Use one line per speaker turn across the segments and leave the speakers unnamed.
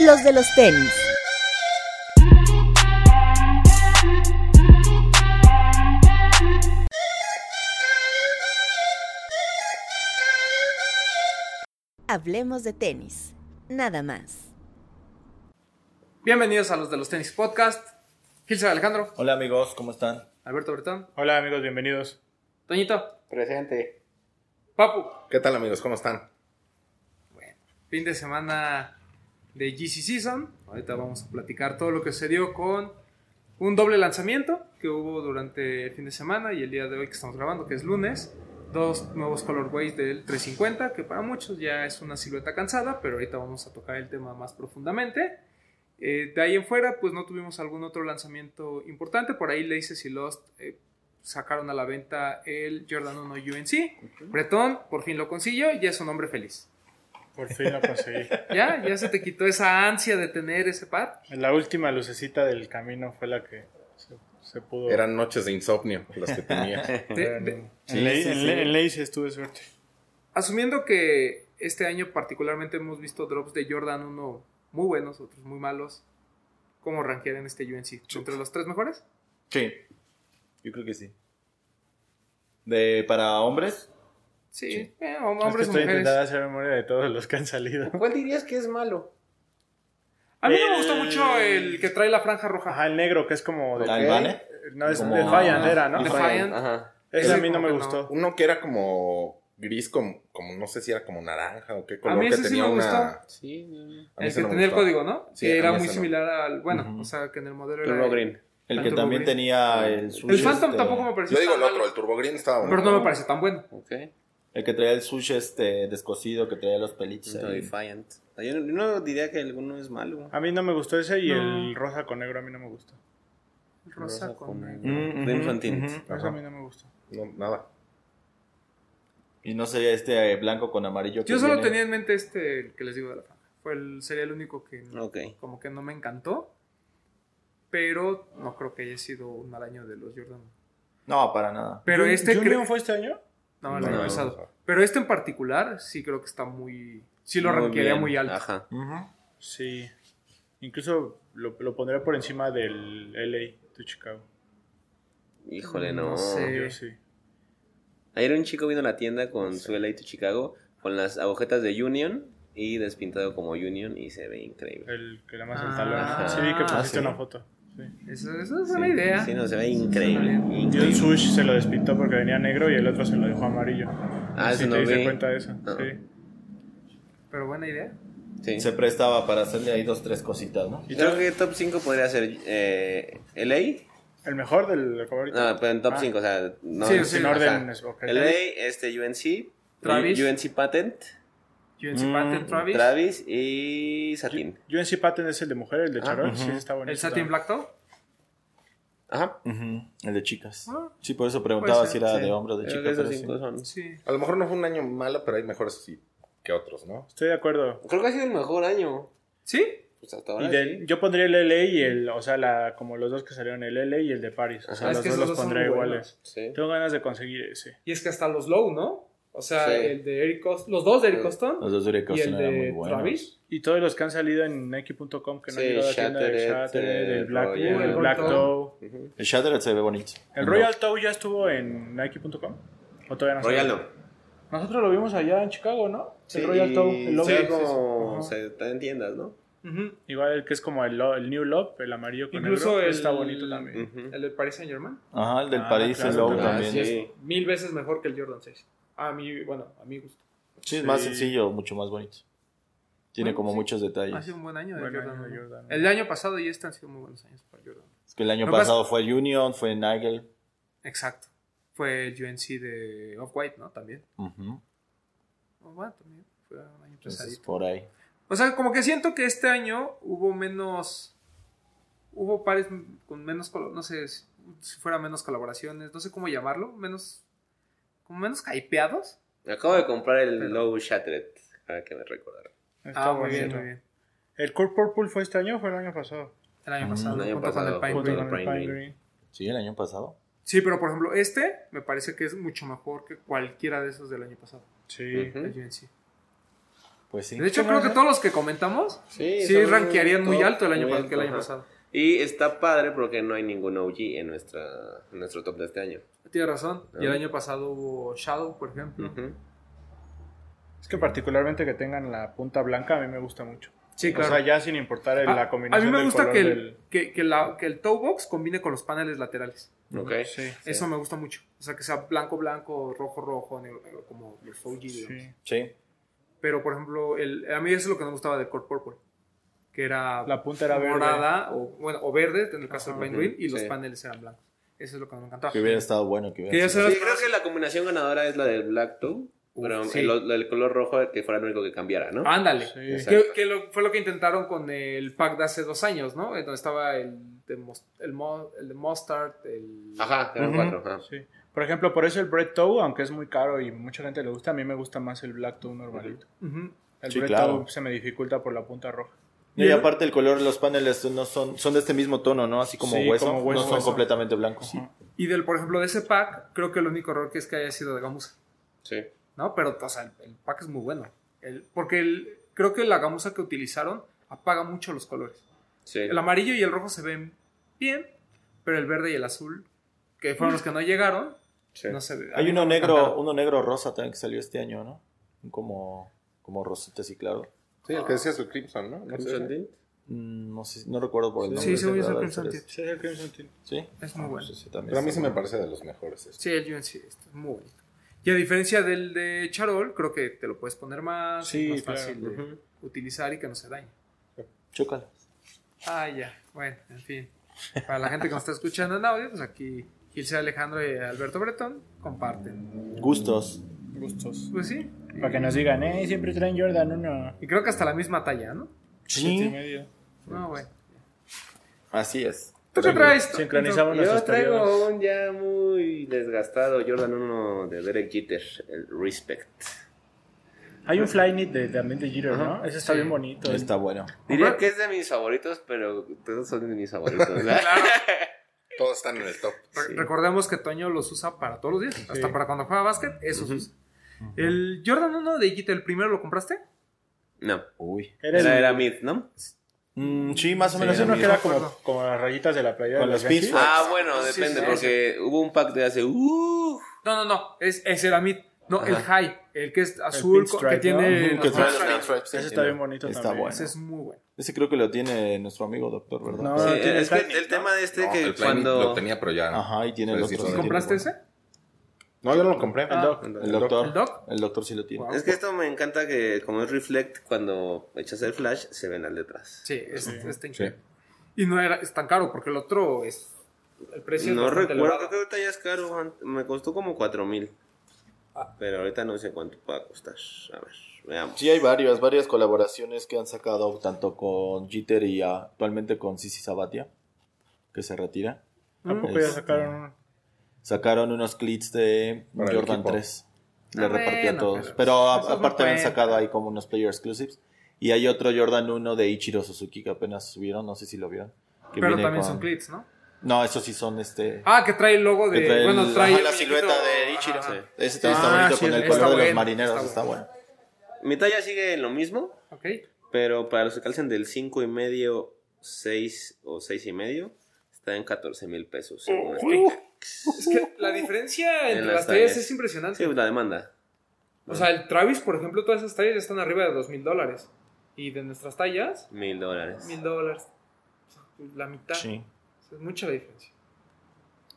los de los tenis. Hablemos de tenis, nada más.
Bienvenidos a los de los tenis podcast. Gilson Alejandro,
Hola amigos, ¿cómo están?
Alberto Bertón,
Hola amigos, bienvenidos.
Toñito,
Presente.
Papu.
¿Qué tal amigos? ¿Cómo están?
Fin de semana de GC Season. Ahorita vamos a platicar todo lo que se dio con un doble lanzamiento que hubo durante el fin de semana y el día de hoy que estamos grabando, que es lunes. Dos nuevos colorways del 350, que para muchos ya es una silueta cansada, pero ahorita vamos a tocar el tema más profundamente. Eh, de ahí en fuera, pues no tuvimos algún otro lanzamiento importante. Por ahí Laces y Lost eh, sacaron a la venta el Jordan 1 UNC. Bretón por fin lo consiguió y ya es un hombre feliz.
Por fin lo conseguí.
¿Ya? ¿Ya se te quitó esa ansia de tener ese par?
La última lucecita del camino fue la que se, se pudo.
Eran noches de insomnio las que tenía.
De- de-
en, ley
sí,
en,
sí.
Le- en Leicester tuve suerte.
asumiendo que este año particularmente hemos visto drops de Jordan, uno muy buenos, otros muy malos. ¿Cómo rankear en este UNC? ¿Entre los tres mejores?
Sí. Yo creo que sí. De para hombres,
Sí,
Sí.
eh, hom-
Es que
hombres o
estoy
mujeres.
intentando hacer memoria de todos los que han salido.
¿Cuál dirías que es malo?
A mí no me gustó mucho el que trae la franja roja.
Ajá, el negro que es como de,
Ah,
al Bane.
no es
como-
de Defiant era, ¿no?
Defiant.
Ajá.
Ese a mí
Sí,
no
como
me
que
gustó.
Uno que era como gris, como, como no sé si era como naranja o qué color,
mí
que
ese sí
tenía
me gustó.
una...
Sí. no, no.
a mí
El
ese
que
no me
tenía el
gustó.
código, ¿no?
Sí,
que
a
era
mí
muy
ese no.
similar al. Bueno,
Ujú.
o sea, que en el modelo era.
Turbo Green.
El que
Phantom
también
Green.
tenía el sushi.
El Phantom
este,
tampoco me pareció.
Yo digo
tan
el otro,
malo,
el Turbo Green estaba bueno.
Pero no me parece tan bueno.
Ok.
El que traía el sushi este descosido, que traía los pelitos.
No,
ahí.
Defiant. Ah, Yo no, yo no diría que alguno es malo.
Ah.
A mí no me gustó ese y
No.
el rosa con negro a mí no me gustó.
Rosa con.
Mm, ujú,
Crimson Tint.
ujú.
Ese a
Ajá.
mí no me gustó.
No, nada.
Y no sería este eh, blanco con amarillo. que
Yo solo
viene.
tenía en mente este el que les digo de la franja. Fue el, sería el único que no-
Ok.
como que no me encantó. Pero no creo que haya sido un mal año de los Jordan.
No, para nada.
Pero
¿Jun-
este
¿Junior
creo.
fue este año?
No, el año
No.
pasado. Pero este en particular sí creo que está muy. Sí lo ranquearía
bien.
muy, alto.
Ajá.
Ujú.
Sí. Incluso lo, lo pondría por encima del LA de Chicago.
Híjole, no.
Mm, No sé.
Yo sí.
Ayer un chico vino a la tienda con su LA to Chicago con las agujetas de Union y despintado como Union y se ve increíble.
El que le más el
Ah,
talón. Sí, vi que
sí.
pusiste una foto. Sí.
Eso, eso es
Sí.
una idea.
Sí, no, se ve increíble.
Y el
increíble.
Sush se lo despintó porque venía negro y el otro se lo dejó amarillo.
Ah,
sí,
eso no
te diste
vi.
cuenta de eso.
Ah.
Sí.
Pero buena idea.
Sí.
Se prestaba para hacerle ahí dos, tres cositas, ¿no?
¿Y tú?
Creo que top 5 podría ser eh, LA.
El mejor del favorito.
No, pero en top
Ah.
5, o sea, no,
Sí,
no,
sí,
en
ajá.
orden. es- ok.
LA, este, UNC,
Travis.
UNC Patent,
UNC
Mm,
Patent Travis.
Travis y Satin.
Yo en sí Patent es el de mujer, el de
Ah,
Charol.
ujú.
Sí, está bonito.
El Satin Black Toe.
Ajá.
Ujú, El de chicas.
Ah,
Sí, por eso preguntaba
puede
si
ser,
era
Sí.
de hombre o de
Creo
chica.
que esos
pero sí.
cinco son.
Sí.
A lo mejor no fue un año malo, pero hay mejores sí que otros, ¿no?
Estoy de acuerdo.
Creo que ha sido el mejor año.
¿Sí?
Pues hasta ahora.
Y del- yo pondría el LA y el, o sea, la, como los dos que salieron, el LA y el de Paris. O sea,
Ajá.
Es
los
que esos
dos los
dos son
pondría
muy
iguales.
Sí.
Tengo ganas de conseguir ese.
Y es que hasta los Low, ¿no? O sea,
Sí.
el de Eric Cost- Los dos de Eric
Sí.
Coston.
Los dos de Rick
Y el
Austin eran muy
de
buenos.
Travis.
Y todos los que han salido en Nike.com que no
Sí,
han llegado a la tienda del
Shattered,
Shattered,
el
el Black,
Royal.
el
El
Black
Royal.
Toe.
Ujú.
El Shattered se ve bonito.
¿El Royal Toe ya estuvo en Nike.com? ¿O todavía no salió?
Royal no.
Nosotros lo vimos allá en Chicago, ¿no?
Sí,
el Royal Toe, el
y
logo.
se ve como.
Ajá.
O sea, está en tiendas, ¿no?
Ujú.
Igual el que es como el, lo- el New Love, el amarillo con
Incluso
negro,
el-
está bonito también.
Ujú.
El de Paris Saint Germain.
Ajá, el del
Ah,
París,
claro,
el Low
claro.
también.
Sí.
Sí,
mil veces mejor que el Jordan 6. A mí, bueno, a mi gusto.
es más
Sí.
sencillo, mucho más bonito. Tiene
Bueno,
como
sí.
muchos
Ha
detalles.
sido un buen año de
Buen
Jordan.
año de
¿no?
Jordan.
El año pasado y este han sido muy buenos años para Jordan.
Es que el año
Lo que
pasado fue Union, fue Nigel.
Exacto. Fue el UNC de Off-White, ¿no? También.
Ujú,
Oh, bueno, también. Fue un año
Entonces,
pesadito.
por ahí.
O sea, como que siento que este año hubo menos. Hubo pares con menos. colo- No sé si si fuera menos colaboraciones. No sé cómo llamarlo. Menos. Como menos hypeados.
Acabo de comprar el
Pero-
Low Shattered. Para que me recordara.
Está
Ah, muy bien,
bonito.
muy bien.
¿El Core Purple fue este año o fue el año pasado?
El año
Mm,
pasado.
el año
junto con el
pasado,
Pine
Junto
junto
Green.
con
con
el
el
Pine
Pine
Green.
Green.
Sí, el año pasado.
Sí, pero por ejemplo, este me parece que es mucho mejor que cualquiera de esos del año pasado.
Sí.
Ujú.
el UNC.
Pues sí.
De hecho, creo que todos los que comentamos
Sí,
sí
son
rankearían muy
top,
alto el año,
muy
pas- que el año
ajá.
pasado.
Y está padre porque no hay ningún OG en, nuestra, en nuestro top de este año.
Tienes razón. Y el
Ah.
año pasado hubo Shadow, por ejemplo.
Ujú.
Es que particularmente que tengan la punta blanca a mí me gusta mucho.
Sí, Ah,
O sea, ya sin importar el-
A-
la
a,
combinación
mí me
del
gusta
color
que el,
del-
que, que la- que el toe box combine con los paneles laterales.
Ok.
Sí,
Eso me gusta mucho. O sea, que sea blanco, blanco, rojo, rojo, negro, negro, como los OG. digamos.
sí.
Sí.
Pero, por ejemplo, el, a mí eso es lo que no me gustaba del Core Purple. Que era
La punta era verde.
morada o, bueno, o verde, en el caso
Ajá.
del Pine Green, y los
Sí.
paneles eran blancos. Eso es lo que me encantaba.
Que hubiera estado bueno
Que
que
ya
hubiera
se-
sido.
Sí, creo que la combinación ganadora es la del Black Toe. Pero
sí.
el, el- el color rojo que fuera el único que cambiara, ¿no?
Ándale.
Sí.
Que, que lo- fue lo que intentaron con el pack de hace dos años, ¿no? Eh, Donde estaba el de, mos- el mo- el de Mustard, el...
Ajá, eran
Ujú.
cuatro. ajá.
Sí. Por ejemplo, por eso el Bread Toe, aunque es muy caro y mucha gente le gusta, a mí me gusta más el Black Toe normalito.
Ujú.
El
Sí,
Bread
claro.
Toe se me dificulta por la punta roja.
No, y aparte el color de los paneles no son, son de este mismo tono, ¿no? Así como,
Sí,
hueso,
como hueso,
No son
hueso.
completamente blancos.
Y del, por ejemplo, de ese pack, creo que el único error que es que haya sido de gamusa,
Sí.
¿no? Pero, o sea, el, el pack es muy bueno. El- porque el- creo que la gamusa que utilizaron apaga mucho los colores.
Sí.
El amarillo y el rojo se ven bien, pero el verde y el azul, que fueron los que no llegaron,
sí.
no se ve.
Hay uno
Ajá.
negro, uno negro rosa también que salió este año, ¿no? Como, como rosita, sí, claro.
Sí, el que decías el Crimson, ¿no? No sé.
Crimson Tint.
Mm, No sé, no recuerdo por el nombre.
Sí, según yo es el
¿verdad?
Crimson Tint.
Sí, el Crimson Tint.
Sí.
Es muy
Ah,
bueno.
pues ese también
Pero a mí
está
sí me
bueno.
parece de los mejores. este.
Sí, el UNC está muy bonito. Y a diferencia del de Charol, creo que te lo puedes poner más,
Sí,
más
claro.
fácil de utilizar y que no se dañe.
Chócala.
Ah, ya. Bueno, en fin. Para la gente que nos está escuchando en audio, pues aquí Gilce Alejandro y Alberto Bretón comparten.
Gustos.
Gustos.
Pues sí.
Para que nos digan, eh, siempre traen Jordan uno.
Y creo que hasta la misma talla, ¿no?
Siete y medio.
No, bueno. Pues
Así es.
¿Tú qué traes?
Sincronizamos
Yo
nuestros periodos.
traigo un ya muy desgastado Jordan 1 de Derek Jeter, el Respect.
Hay un Flyknit de, también de Jeter, ¿no? Ese está
Sí.
bien bonito.
Está bueno.
Diría
Ajá.
que es de mis favoritos, pero todos son de mis favoritos.
Todos están en el top.
Re- Recordemos que Toño los usa para todos los días, hasta para cuando juega básquet, esos usa. El Jordan 1 de Gita, ¿el primero lo compraste?
No,
Uy.
Era, el-
era, era mid, ¿no?
Mm, sí, más o
Pero
menos.
es uno
lo
que era
mismo.
como, como las rayitas de la playa.
Con
de
los
Yankees.
pinstripes.
Ah, bueno,
Sí,
depende,
sí,
porque hubo un pack de hace. Uh,
No, no, no, es, ese era mid. No, el high, el que es azul, co- que
pinstripe,
tiene...
¿no?
los
Que trae
pinstripes.
los pinstripes, sí,
Ese está
no.
bien bonito
Está
también.
bueno.
Ese es muy bueno.
Ese creo que lo tiene nuestro amigo doctor, ¿verdad?
Ah,
No.
sí,
tiene
es que
Flyknit,
el
¿no?
tema de este
No,
que
el Flyknit
cuando.
lo tenía, pero ya. no.
Ajá, y tiene
Pero
el
sí,
otro.
son-
sí,
¿Compraste
tiene-
ese?
No, yo no lo compré.
Ah.
El
¿El
doctor.
doc?
El doctor sí lo tiene.
Wow.
Es que esto me encanta que, como es Reflect, cuando echas el flash, se ven las letras.
Sí, es, está
Sí.
increíble. Y no era, es tan caro, porque el otro es... El precio es
No
bastante
recuerdo, creo
elevado.
que ahorita ya es caro. an- Me costó como 4 mil.
Ah.
Pero ahorita no sé cuánto va a costar. A ver, veamos.
Sí, hay varias, varias colaboraciones que han sacado, tanto con Jeter y actualmente con Sisi Sabatia, que se retira.
¿A poco ya
Este,
sacaron uno?
Sacaron unos clips de
Para el
Jordan
equipo.
3.
Ah,
Le repartí
bueno,
a todos.
pero
Pero,
eso
a-
no
aparte habían
cuenta.
sacado ahí como unos player exclusives. Y hay otro Jordan 1 de Ichiro Suzuki que apenas subieron, no sé si lo vieron. que
Pero
viene
también
con-
son clips, ¿no?
No, esos sí son este.
Ah, que trae el logo de...
que trae el-
bueno, trae
ajá,
el
la
muñequito,
silueta de
ajá,
Ichiro.
ajá.
sí. Ese también está
Ah,
bonito
sí,
con el
está
color de
bueno,
los marineros,
está
está,
bueno.
bueno.
Mi talla sigue en lo mismo,
Ok.
pero para los que calcen del 5 y medio, 6 o 6 y medio, está en 14 mil pesos. según
Uh.
esto.
Es que la diferencia
En
entre
las
las tallas
tallas.
es impresionante.
Sí, la demanda.
O sea, el Travis, por ejemplo, todas esas tallas están arriba de dos mil dólares. Y de nuestras tallas,
Mil dólares.
mil dólares. O sea, La mitad.
Sí.
O sea, Es mucha la diferencia.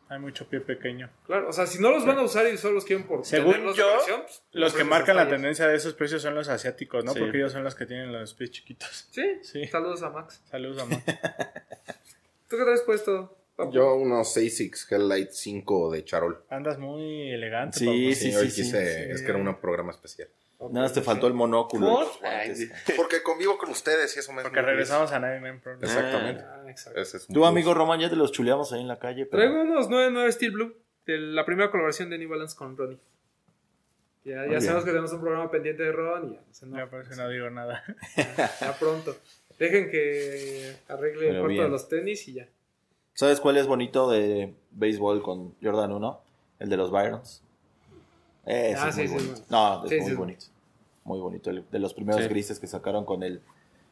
Hay mucho pie pequeño.
Claro, o sea, si no los van a usar y solo los quieren por
Según
tenerlos de
yo,
colección, pues,
Los que
compren esas
marcan la
tallas.
tendencia de esos precios son los asiáticos, ¿no?
Sí.
Porque ellos son los que tienen los pies chiquitos.
¿Sí?
Sí.
saludos a Max.
Saludos, mamá.
¿Tú qué traes puesto? papu?
Yo unos 6 Helllight 5 de Charol.
Andas muy elegante.
Sí,
papá.
sí.
hoy quise-
sí.
Es que era un programa especial.
Nada más te faltó el monóculo.
Ay, sí.
Porque convivo con ustedes y eso me
Porque regresamos a 99 Pro.
Exactamente.
Ah, exacto.
Ese es un
Tú,
plus.
amigo Román, ya te los chuleamos ahí en la calle. Pero...
Traigo unos 99 Steel Blue de la primera colaboración de New Balance con Ronnie. Ya, ya
Muy
sabemos que tenemos un programa pendiente de Ron y ya, o sea, no,
Ya por eso no digo nada.
ya pronto. Dejen que arregle el
Pero
cuarto de
bien.
los tenis y ya.
¿Sabes cuál es bonito de béisbol con Jordan 1? El de los Byrons. Ese
Ah,
es
sí,
muy
Ah, sí,
bonito.
es
No, es
Sí, sí,
muy
es
bonito. muy bonito. el- De los primeros
Sí.
grises que sacaron con el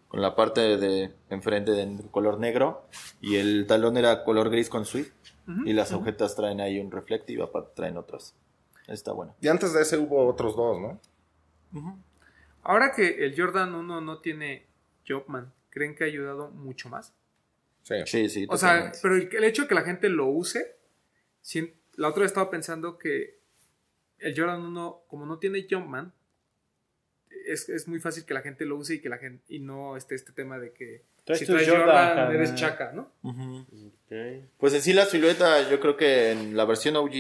con la parte de enfrente de color negro y el talón era color gris con suite y las agujetas traen ahí un reflective, aparte traen otras. Está bueno.
Y antes de ese hubo otros dos, ¿no?
Ahora que el Jordan 1 no tiene Jobman, ¿creen que ha ayudado mucho más?
Sí.
Sí, sí.
O sea,
totalmente.
pero el, el hecho de que la gente lo use, sin- la otra vez estaba pensando que el Jordan 1, como no tiene Jumpman, es, es muy fácil que la gente lo use y que la gente y no esté este tema de que
Traes
si
tu
traes
Jordan,
Jordan,
carnal.
eres chaca, ¿no?
Ujú.
Ok.
Pues en sí la silueta, yo creo que en la versión OG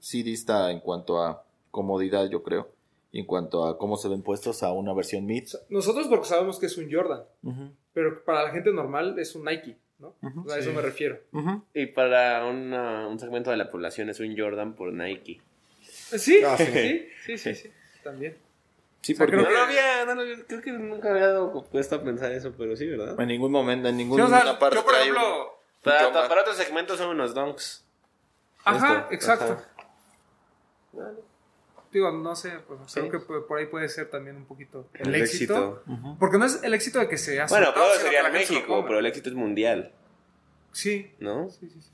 sí dista en cuanto a comodidad, yo creo. Y en cuanto a cómo se ven puestos a una versión mid.
O sea, nosotros porque sabemos que es un Jordan,
Ujú,
pero para la gente normal es un Nike, ¿no?
Ujú,
O sea, a eso
sí.
me refiero.
ujú.
Y para una- un segmento de la población es un Jordan por Nike.
Sí,
Ah, sí.
sí, sí, sí, sí, también.
Sí,
O sea,
porque
creo
No lo había, no lo había- creo que nunca había dado puesto a pensar eso, pero sí, ¿verdad?
en ningún momento, en
Sí,
ninguna
o sea,
parte.
yo por
hay
ejemplo,
Para,
Jordans.
para otro segmento son unos donks.
ajá,
Esto,
exacto.
ajá.
Digo, no sé, pues,
Sí.
creo que por por ahí puede ser también un poquito el,
El, éxito.
éxito.
un- Ujú.
Porque no es el éxito de que se hace.
Bueno, pero
sino que
sería
la
en
gente se lo
México,
coma.
pero el éxito es mundial,
Sí.
¿no?
sí, sí, sí.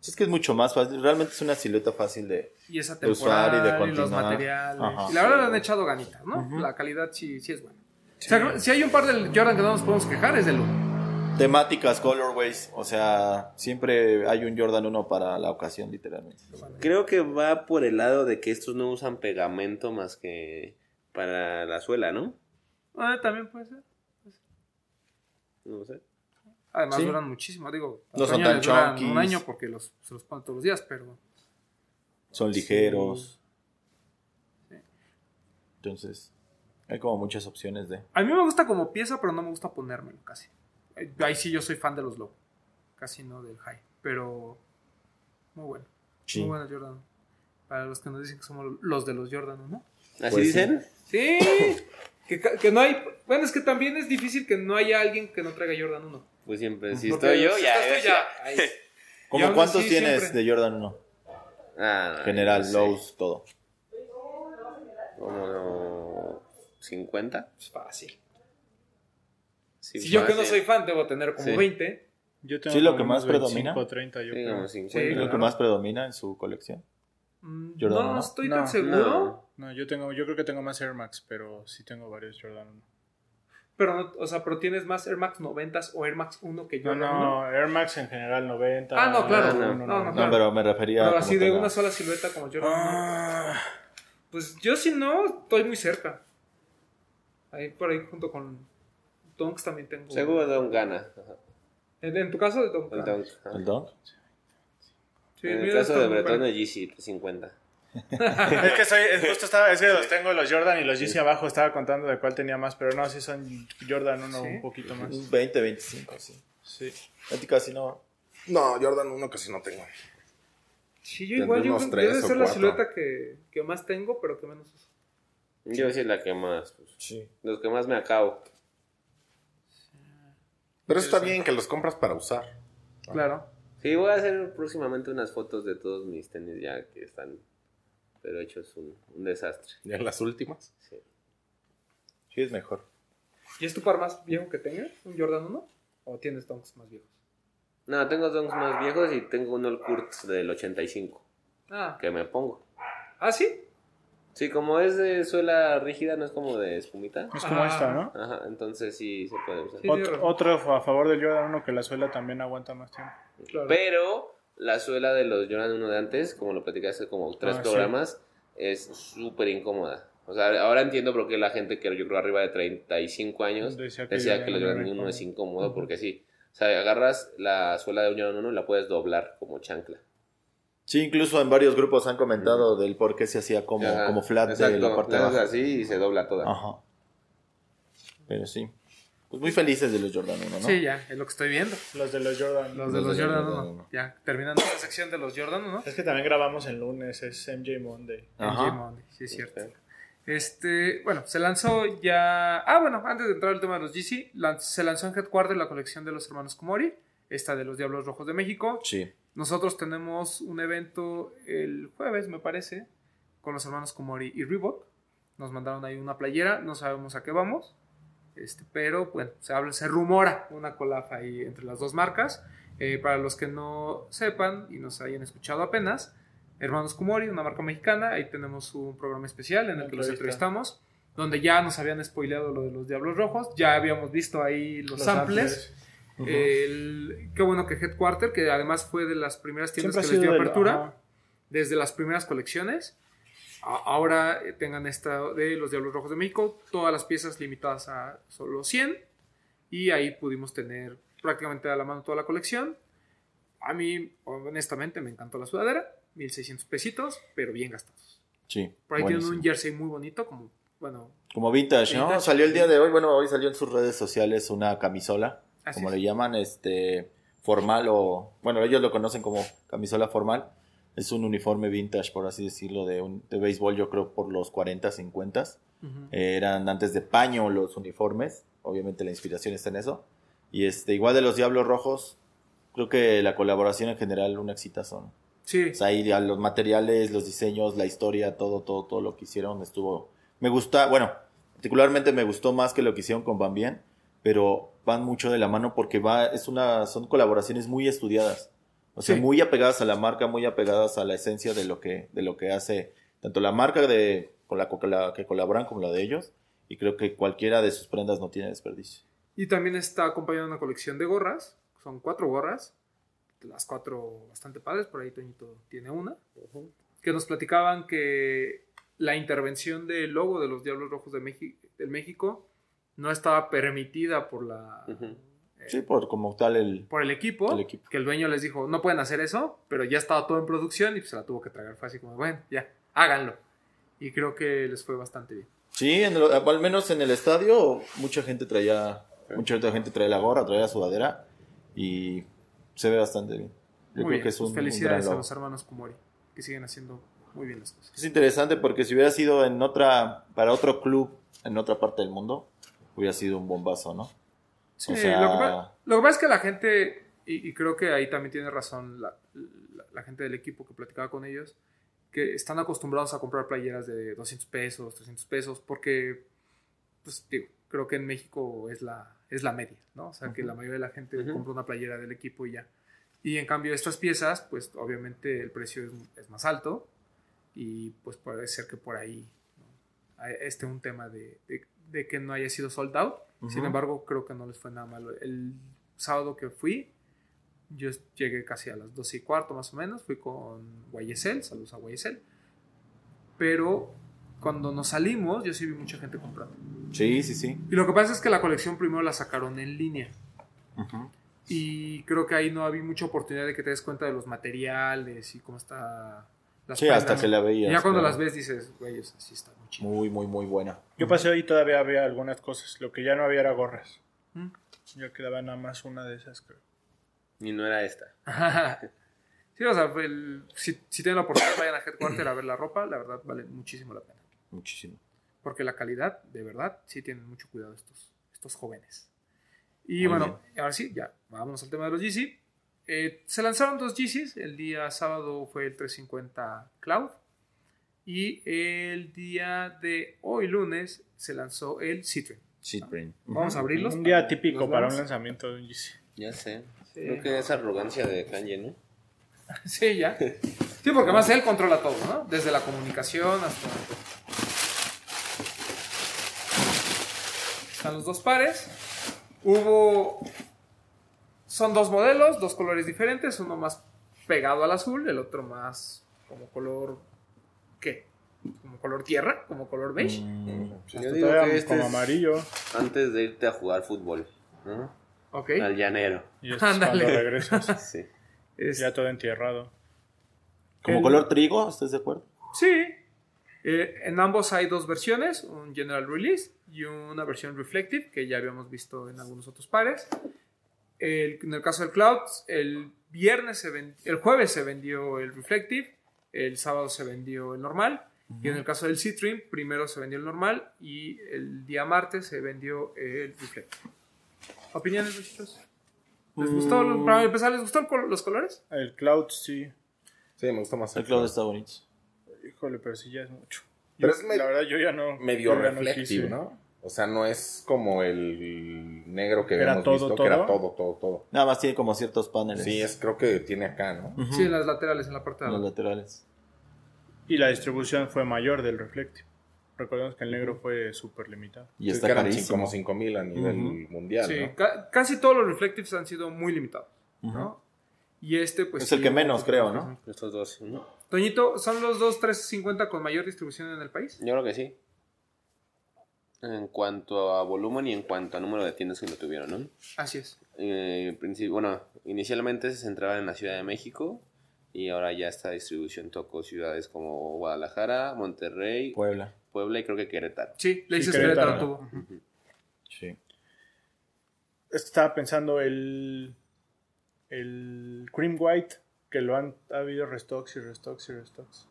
Es que es mucho más fácil. Realmente es una silueta fácil de.
Y esa
De usar y de
temporada, y, los
continuar.
materiales.
Ajá.
y la verdad le han echado ganitas, ¿no?
Ujú.
La calidad sí, sí es buena. O sea, creo- si hay un par del Jordan que no nos podemos quejar, es de uno.
Temáticas, colorways. O sea, siempre hay un Jordan 1 para la ocasión, literalmente.
Creo que va por el lado de que estos no usan pegamento más que para la suela, ¿no?
Ah, también puede ser.
No sé.
Además
Sí.
duran muchísimo, digo.
No son
Antonio
tan
les duran
chonquis.
Un año porque los, se los ponen todos los días, pero...
Son ligeros. Entonces, hay como muchas opciones de.
A mí me gusta como pieza, pero no me gusta ponérmelo casi. Eh, Ahí sí yo soy fan de los low. Casi no del high. Pero... Muy bueno.
Sí.
Muy bueno Jordan. Para los que nos dicen que somos los de los Jordan, ¿no?
¿Así
Pues sí.
dicen?
Sí, que, ca- que no hay. Bueno, es que también es difícil que no haya alguien que no traiga Jordan 1.
Pues siempre, si
Porque
estoy yo,
si
ya.
estás tú,
ya.
ya, ahí. Y
¿Cómo
aún
cuántos
así,
tienes
siempre.
de Jordan 1?
Ah, no,
General,
no sé.
Lowe's, todo.
Como no, 50.
Es fácil.
Sí,
si yo que no
fácil.
soy fan, debo tener como
Sí.
20.
Yo tengo
Sí, lo
como
que más
unos 25,
predomina.
30, yo
Sí,
creo.
como 50.
Sí,
Es lo que
claro.
más predomina en su colección.
Mm,
Jordan
no,
uno.
estoy
No,
tan
no.
seguro,
No, yo tengo, yo creo que tengo más Air Max, pero sí tengo varios Jordan 1.
pero no- o sea, pero tienes más Air Max 90 o Air Max 1 que
No,
Jordan 1.
no, Air Max en general 90.
Ah, no, claro.
No, no,
uno,
no,
No,
Claro.
pero me refería
Pero
como
así de
que la-
una sola silueta como Jordan uno.
Ah,
Pues yo si no, estoy muy cerca. Ahí por ahí junto con Donks también tengo.
Seguro Don gana. Ajá,
En, en tu caso de Donks.
El Don. ajá.
¿El Dunk?
Sí,
En el
mira,
caso
está
de
muy
Bretón,
parejo.
el GC, 50.
Es que soy, es justo estaba, es que los tengo los Jordan y los Yeezy abajo, estaba contando de cuál tenía más, pero no, sí son Jordan 1
¿Sí?
un poquito más.
20, 25, sí.
Sí.
A ti casi no.
No, Jordan uno casi no tengo.
Sí, yo igual,
Tendré
yo creo-
unos tres
debe
o
ser la
cuatro.
silueta que, que más tengo, pero que menos uso.
Yo sí la que más, pues,
Sí.
los que más me acabo.
Pero eso está bien que los compras para usar.
Ah.
Claro.
Sí, voy a hacer próximamente unas fotos de todos mis tenis ya que están, pero hechos un, un desastre.
Ya en las últimas.
Sí.
Sí, es mejor.
¿Y es tu par más viejo que tengas? ¿Un Jordan 1? ¿O tienes Donks más viejos?
No, tengo donks más viejos y tengo uno el Kurtz del 85
Ah,
que me pongo.
¿ah sí?
Sí, como es de suela rígida, no es como de espumita.
Es como
Ah.
esta, ¿no?
Ajá, entonces sí se puede usar.
Sí. tiene razón.
Otro, otro a favor del Jordan 1 que la suela también aguanta más tiempo.
Claro.
Pero la suela de los Jordan 1 de antes, como lo platicaste como tres
Ah, sí.
programas, es súper incómoda. O sea, ahora entiendo por qué la gente que yo creo arriba de 35 años
Decía que
decía que,
ya
los
era
Jordan 1
incómodo.
es incómodo porque sí. O sea, agarras la suela de un Jordan 1 y la puedes doblar como chancla.
Sí, incluso en varios grupos han comentado del por qué se hacía como,
Ajá,
como flat de
exacto,
la parte de
la haces
abajo. Ah.
así y se dobla toda.
Ajá. Pero sí. Pues muy felices de los Jordan 1, ¿no?
Sí, ya, es lo que estoy viendo.
Los de los Jordan.
Los de
Los
los
de
Jordan
Jordan
1.
uno.
Ya, terminando la sección de los Jordan 1.
Es que también grabamos el lunes, es MJ Monday.
Ajá.
Sí, es cierto.
¿Eh?
Este, bueno, se lanzó ya. Ah, bueno, antes de entrar al tema de los GC, lan- se lanzó en Headquarter la colección de los hermanos Komori, esta de los Diablos Rojos de México.
Sí.
Nosotros tenemos un evento el jueves, me parece, con los hermanos Komori y Reebok. Nos mandaron ahí una playera, no sabemos a qué vamos. Este, pero bueno, se habla, se rumora una colafa ahí entre las dos marcas. Eh, para los que no sepan y nos hayan escuchado apenas, Hermanos Kumori, una marca mexicana, ahí tenemos un programa especial en el que los
Entrevista.
entrevistamos, donde ya nos habían spoileado lo de los Diablos Rojos, ya habíamos visto ahí los, samples. eh, El- qué bueno que Headquarter, que además fue de las primeras tiendas
Siempre
que
ha
les
sido
dio
del-
apertura,
ajá.
desde las primeras colecciones. A- Ahora eh, tengan esta de los Diablos Rojos de México, todas las piezas limitadas a solo 100. Y ahí pudimos tener prácticamente a la mano toda la colección. A mí, honestamente, me encantó la sudadera. 1600 pesitos, pero bien gastados.
Sí.
Por ahí
buenísimo.
tienen un jersey muy bonito, como, bueno,
Como vintage, ¿no?
Vintage.
Salió el día de hoy, bueno, hoy salió en sus redes sociales una camisola,
Así
como
es.
le llaman, este, formal o, bueno, ellos lo conocen como camisola formal. Es un uniforme vintage, por así decirlo, de, un, de béisbol, yo creo, por los 40, 50.
ujú,
eran antes de paño los uniformes, obviamente la inspiración está en eso. Y este, igual de los Diablos Rojos, creo que la colaboración en general, un exitazo. ¿no?
sí,
O sea, pues, ahí ya los materiales, los diseños, la historia, todo, todo, todo lo que hicieron estuvo. Me gusta, bueno, particularmente me gustó más que lo que hicieron con Van Bien, pero van mucho de la mano porque va, es una, son colaboraciones muy estudiadas. O sea,
Sí.
muy apegadas a la marca, muy apegadas a la esencia de lo que, de lo que hace tanto la marca de, con la, co- la que colaboran como la de ellos. Y creo que cualquiera de sus prendas no tiene desperdicio.
Y también está acompañada de una colección de gorras. Son cuatro gorras. Las cuatro bastante padres. Por ahí Toñito tiene una. Que nos platicaban que la intervención del logo de los Diablos Rojos de México, del México no estaba permitida por la...
Ujú.
eh,
Sí, por como tal el...
por el equipo,
El equipo.
que el dueño les dijo, no pueden hacer eso, pero ya estaba todo en producción y pues se la tuvo que tragar. Fue así como, bueno, ya, háganlo. Y creo que les fue bastante bien.
Sí, en el- al menos en el estadio mucha gente traía, mucha otra gente traía la gorra, traía la sudadera y se ve bastante bien. Yo creo
muy bien,
que es
pues
un, un gran
felicidades a
logro.
los hermanos Kumori, que siguen haciendo muy bien las cosas.
Es interesante porque si hubiera sido en otra, para otro club en otra parte del mundo, hubiera sido un bombazo, ¿no?
Sí,
O sea-
lo, que pasa, lo que pasa es que la gente, y, y creo que ahí también tiene razón la, la- la gente del equipo que platicaba con ellos, que están acostumbrados a comprar playeras de 200 pesos, 300 pesos, porque, pues, digo, creo que en México es la, es la media, ¿no? O sea, que la mayoría de la gente
Ujú.
compra una playera del equipo y ya. Y en cambio, estas piezas, pues, obviamente el precio es, es más alto y, pues, puede ser que por ahí ¿no? A- este un tema de, de- de que no haya sido sold out. Sin
Ujú.
embargo, creo que no les fue nada malo. El sábado que fui, yo llegué casi a las 12 y cuarto más o menos, fui con Guayesel, saludos a Guayesel, pero cuando nos salimos yo sí vi mucha gente comprando.
Sí, sí, sí.
Y lo que pasa es que la colección primero la sacaron en línea
Ujú.
y creo que ahí no había mucha oportunidad de que te des cuenta de los materiales y cómo está las
Sí, hasta
prendas.
que la veías.
Y ya cuando
claro.
las ves dices, güey, o sea, sí está muy chido.
Muy, muy, muy buena.
Yo pasé hoy y todavía había algunas cosas. Lo que ya no había era gorras.
Mm.
Yo quedaba nada más una de esas, creo.
Y no era esta.
sí, o sea, fue el- si, si tienen la oportunidad vayan a Headquarter a ver la ropa, la verdad vale muchísimo la pena.
Muchísimo.
porque la calidad, de verdad, sí tienen mucho cuidado estos, estos jóvenes. Y
Muy
bueno, ahora sí, ya, vámonos al tema de los GC. Eh, se lanzaron dos GCs, el día sábado fue el 350 Cloud y el día de hoy lunes se lanzó el Citroën.
Seedprint.
Vamos a abrirlos.
Un día típico
¿Los
para
vamos?
un lanzamiento de un GC.
Ya sé.
Sí.
Creo que es arrogancia de Kanye, ¿no?
Sí, ya. Sí, porque más él controla todo, ¿no? Desde la comunicación hasta... Están los dos pares. Hubo... Son dos modelos, dos colores diferentes, uno más pegado al azul, el otro más como color... ¿Qué? Como color tierra, como color beige.
Mm,
Yo
Hasta
digo
todavía
que este
como
es
amarillo.
antes de irte a jugar fútbol, ¿no?
Ok.
Al llanero.
Y este es
Ándale.
cuando regresas.
Sí.
Este-
Ya todo entierrado.
Como
El-
color trigo, ¿estás de acuerdo?
Sí. Eh, en ambos hay dos versiones, un general release y una versión reflective que ya habíamos visto en algunos otros pares. El- en el caso del cloud, el viernes se ven- el jueves se vendió el reflective, el sábado se vendió el normal y en el caso del Citrine primero se vendió el normal y el día martes se vendió el reflective. ¿Opiniones, muchachos? ¿Les gustó?
Uh.
los- Para empezar, ¿les gustó el col- los colores?
El Cloud sí.
Sí, me gusta más
El cloud está bonito.
Híjole, pero sí ya es mucho.
Pero
Yo-
es me-
la verdad, yo ya no.
medio
yo ya no
reflective,
quise.
¿no? O sea, no es como el negro que
Era
habíamos
todo,
visto,
todo.
que era todo, todo, todo.
Nada más tiene como ciertos paneles.
Sí, es, creo que tiene acá, ¿no?
Ujú.
Sí, en las laterales, en la parte de
En los
abajo.
laterales.
Y la distribución fue mayor del reflective. Recordemos que el negro fue súper limitado.
Y
Sí,
está
que eran
carísimo.
como 5 mil a nivel
Ujú.
mundial,
Sí,
¿no?
ca- casi todos los reflectives han sido muy limitados,
Ujú.
¿no? Y este, pues.
Es el
sí,
que
un
menos,
poquito
creo,
más.
¿no?
Estos dos. sí, ¿no?
Toñito, ¿son los dos 350 con mayor distribución en el país?
Yo creo que sí. En cuanto a volumen y en cuanto a número de tiendas que lo tuvieron, ¿no?
Así es.
Eh, princip- bueno, inicialmente se centraba en la Ciudad de México y ahora ya esta distribución tocó ciudades como Guadalajara, Monterrey,
Puebla.
Puebla y creo que Querétaro.
Sí, le
Y
dices Querétaro
Querétaro.
tuvo.
Sí.
Estaba pensando el. El Cream White, que lo han. Ha habido restocks y restocks y restocks.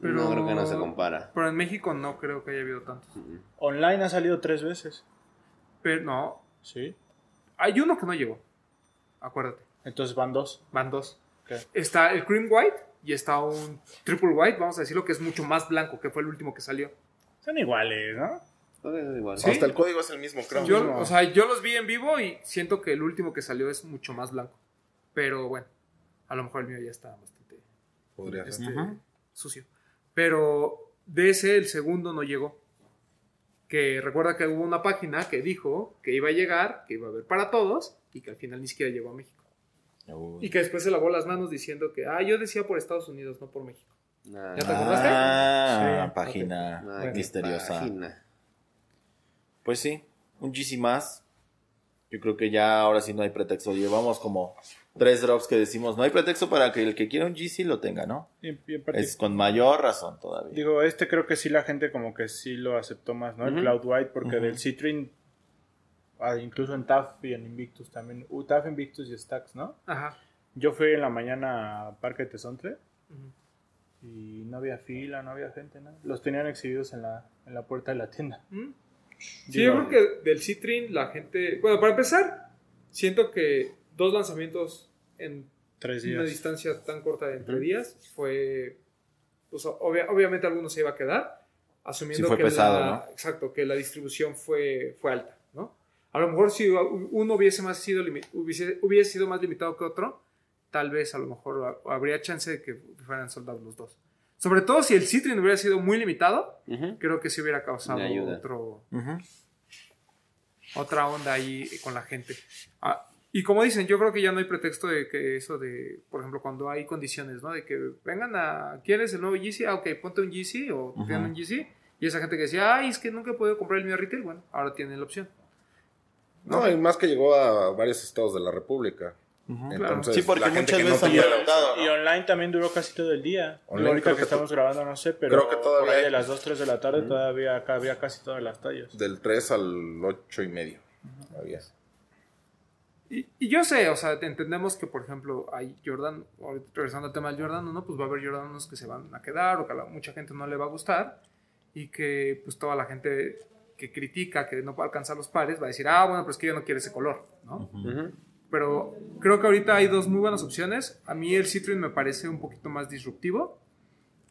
Pero-
No creo que no se compara.
Pero en México no creo que haya habido tantos.
Online ha salido tres veces.
Pero no,
Sí.
hay uno que no llegó. Acuérdate,
Entonces van dos.
van dos.
¿Qué?
Está el cream white y está un triple white, vamos a decirlo que es mucho más blanco, que fue el último que salió.
Son iguales, ¿no?
Creo que es igual.
Sí.
Hasta el código es el mismo, creo.
Yo, o sea, yo los vi en vivo y siento que el último que salió es mucho más blanco. Pero bueno, a lo mejor el mío ya está bastante
Podría ser.
este,
Ujú.
sucio. Pero de ese, el segundo no llegó. Que recuerda que hubo una página que dijo que iba a llegar, que iba a haber para todos y que al final ni siquiera llegó a México.
Uy.
Y que después se lavó las manos diciendo que, ah, yo decía por Estados Unidos, no por México.
Nah,
¿Ya te
nah,
acordaste?
Ah,
Sí.
página
nah, qué
misteriosa.
página.
Pues sí, un GC más. Yo creo que ya ahora sí no hay pretexto. Llevamos como tres drops que decimos, no hay pretexto para que el que quiera un GC lo tenga, ¿no?
Y- y aparte-
Es con mayor razón todavía.
Digo, este creo que sí la gente como que sí lo aceptó más, ¿no? El
Ujú.
Cloud White, porque
Ujú.
del Citrin, ah, incluso en TAF y en Invictus también, uh, TAF, Invictus y Stacks, ¿no?
Ajá.
Yo fui en la mañana a Parque Tesontle
Ujú.
y no había fila, no había gente, nada. Los tenían exhibidos en la, en la puerta de la tienda.
¿Mm? Sí, yo creo que del Citrin la gente... Bueno, para empezar, siento que dos lanzamientos en
Tres
una
días.
distancia tan corta de entre días fue pues, obvia- obviamente algunos se iba a quedar asumiendo
Sí, fue
que
pesado,
la, exacto que la distribución fue fue alta no a lo mejor si uno hubiese más sido limi- hubiese, hubiese sido más limitado que otro tal vez a lo mejor ha- habría chance de que fueran soldados los dos sobre todo si el Citrin hubiera sido muy limitado
Ujú.
creo que se hubiera causado
De ayuda.
otro
Ujú.
otra onda ahí con la gente. Ah, y como dicen, yo creo que ya no hay pretexto de que eso de, por ejemplo, cuando hay condiciones, ¿no? De que vengan a, ¿quieres el nuevo GC? Ah, ok, ponte un GC o
Ujú.
ten un GC. Y esa gente que decía, ay, es que nunca he podido comprar el mío retail, bueno, ahora tienen la opción.
No, y más que llegó a varios estados de la República. Entonces,
Sí, porque
Pues la gente
muchas
que
veces
no
han
tenía-
preguntado,
Y
¿no?
online también duró casi todo el día. Digo,
Ah. Online
ahorita
creo
que,
que to-
estamos grabando, no sé, pero
creo que todavía
por ahí
hay-
de las 2, 3 de la tarde todavía acá había casi todas las tallas.
Del 3 al 8 y medio. Había.
Y, y yo sé, o sea, te- entendemos que, por ejemplo, hay Jordan, ahorita regresando al tema del Jordan 1, pues va a haber Jordan 1 que se van a quedar o que a la- mucha gente no le va a gustar y que pues toda la gente que critica que no va a alcanzar los pares va a decir, ah, bueno, pero es que yo no quiero ese color, ¿no?
Ujú.
pero creo que ahorita hay dos muy buenas opciones. A mí el Citroën me parece un poquito más disruptivo.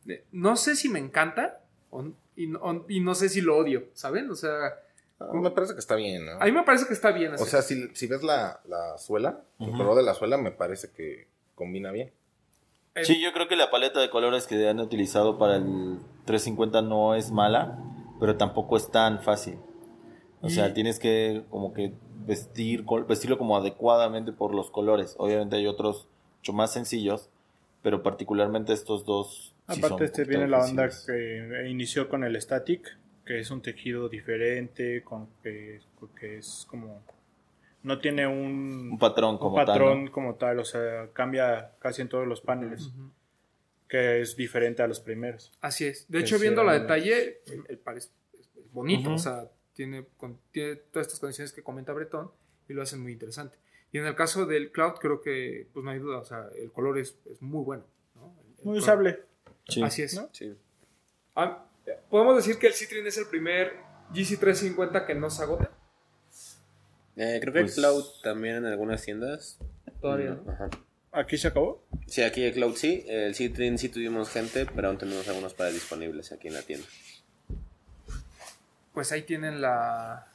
Eh, No sé si me encanta o- y, no- o- y no sé si lo odio, ¿saben? O sea,
Ah, me parece que está bien, ¿no?
a mí me parece que está bien así.
O sea, si, si ves la, la suela, el
Ujú.
color de la suela me parece que combina bien.
Eh,
Sí, yo creo que la paleta de colores que han utilizado para el 350 no es mala, pero tampoco es tan fácil. O sea,
Y-
tienes que como que vestir col- vestirlo como adecuadamente por los colores. Obviamente hay otros mucho más sencillos, pero particularmente estos dos sí son un
Aparte este
poquito
viene la onda
difíciles.
que eh, inició con el static, que es un tejido diferente, con que, con que es como no tiene un,
un patrón
un
como
patrón
tal. ¿no?
como tal, o sea, cambia casi en todos los paneles,
ujú,
que es diferente a los primeros.
Así es. De
Que
hecho, viendo la
sea-
detalle, el, el par es, es bonito.
Ujú.
O sea, tiene, con- tiene todas estas condiciones que comenta Bretón y lo hacen muy interesante. Y en el caso del Cloud, creo que, pues no hay duda, o sea, el color es, es muy bueno. ¿no? El- el
Muy
color-
usable.
Sí.
Así es.
¿No?
Sí.
Ah, Podemos decir que el Citrine es el primer GC350 que no se agota.
Eh, creo que
Pues-
el Cloud también en algunas tiendas.
Todavía
Mm,
no.
Ajá.
¿Aquí se acabó?
Sí, aquí de Cloud sí. El Citrine sí tuvimos gente, pero aún tenemos algunos para disponibles aquí en la tienda.
pues ahí tienen la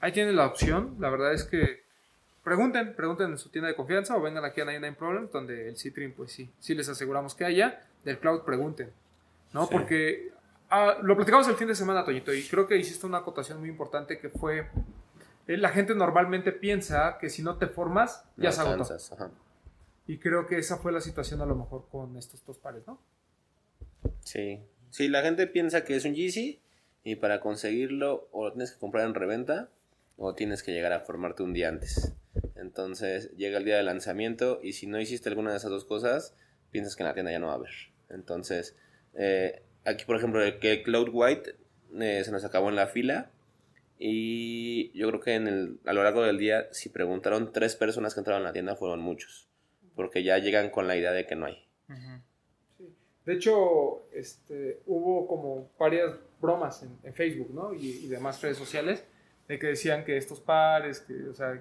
ahí tienen la opción la verdad es que pregunten pregunten en su tienda de confianza o vengan aquí a 99 Problems donde el Citrin pues sí sí les aseguramos que haya del cloud pregunten no
Sí.
porque ah, lo platicamos el fin de semana Toñito y creo que hiciste una acotación muy importante que fue eh, la gente normalmente piensa que si no te formas ya
No
se agotó
alcanzas, ajá.
y creo que esa fue la situación a lo mejor con estos dos pares no
Sí. Sí, la gente piensa que es un Yeezy y para conseguirlo o lo tienes que comprar en reventa o tienes que llegar a formarte un día antes. Entonces llega el día de lanzamiento y si no hiciste alguna de esas dos cosas, piensas que en la tienda ya no va a haber. Entonces, eh, aquí por ejemplo, el que Cloud White eh, se nos acabó en la fila y yo creo que en el, a lo largo del día, si preguntaron tres personas que entraron a la tienda, fueron muchos. Porque ya llegan con la idea de que no hay.
De hecho, este, hubo como varias bromas en, en Facebook, ¿no? Y, y demás redes sociales de que decían que estos pares, que, o sea,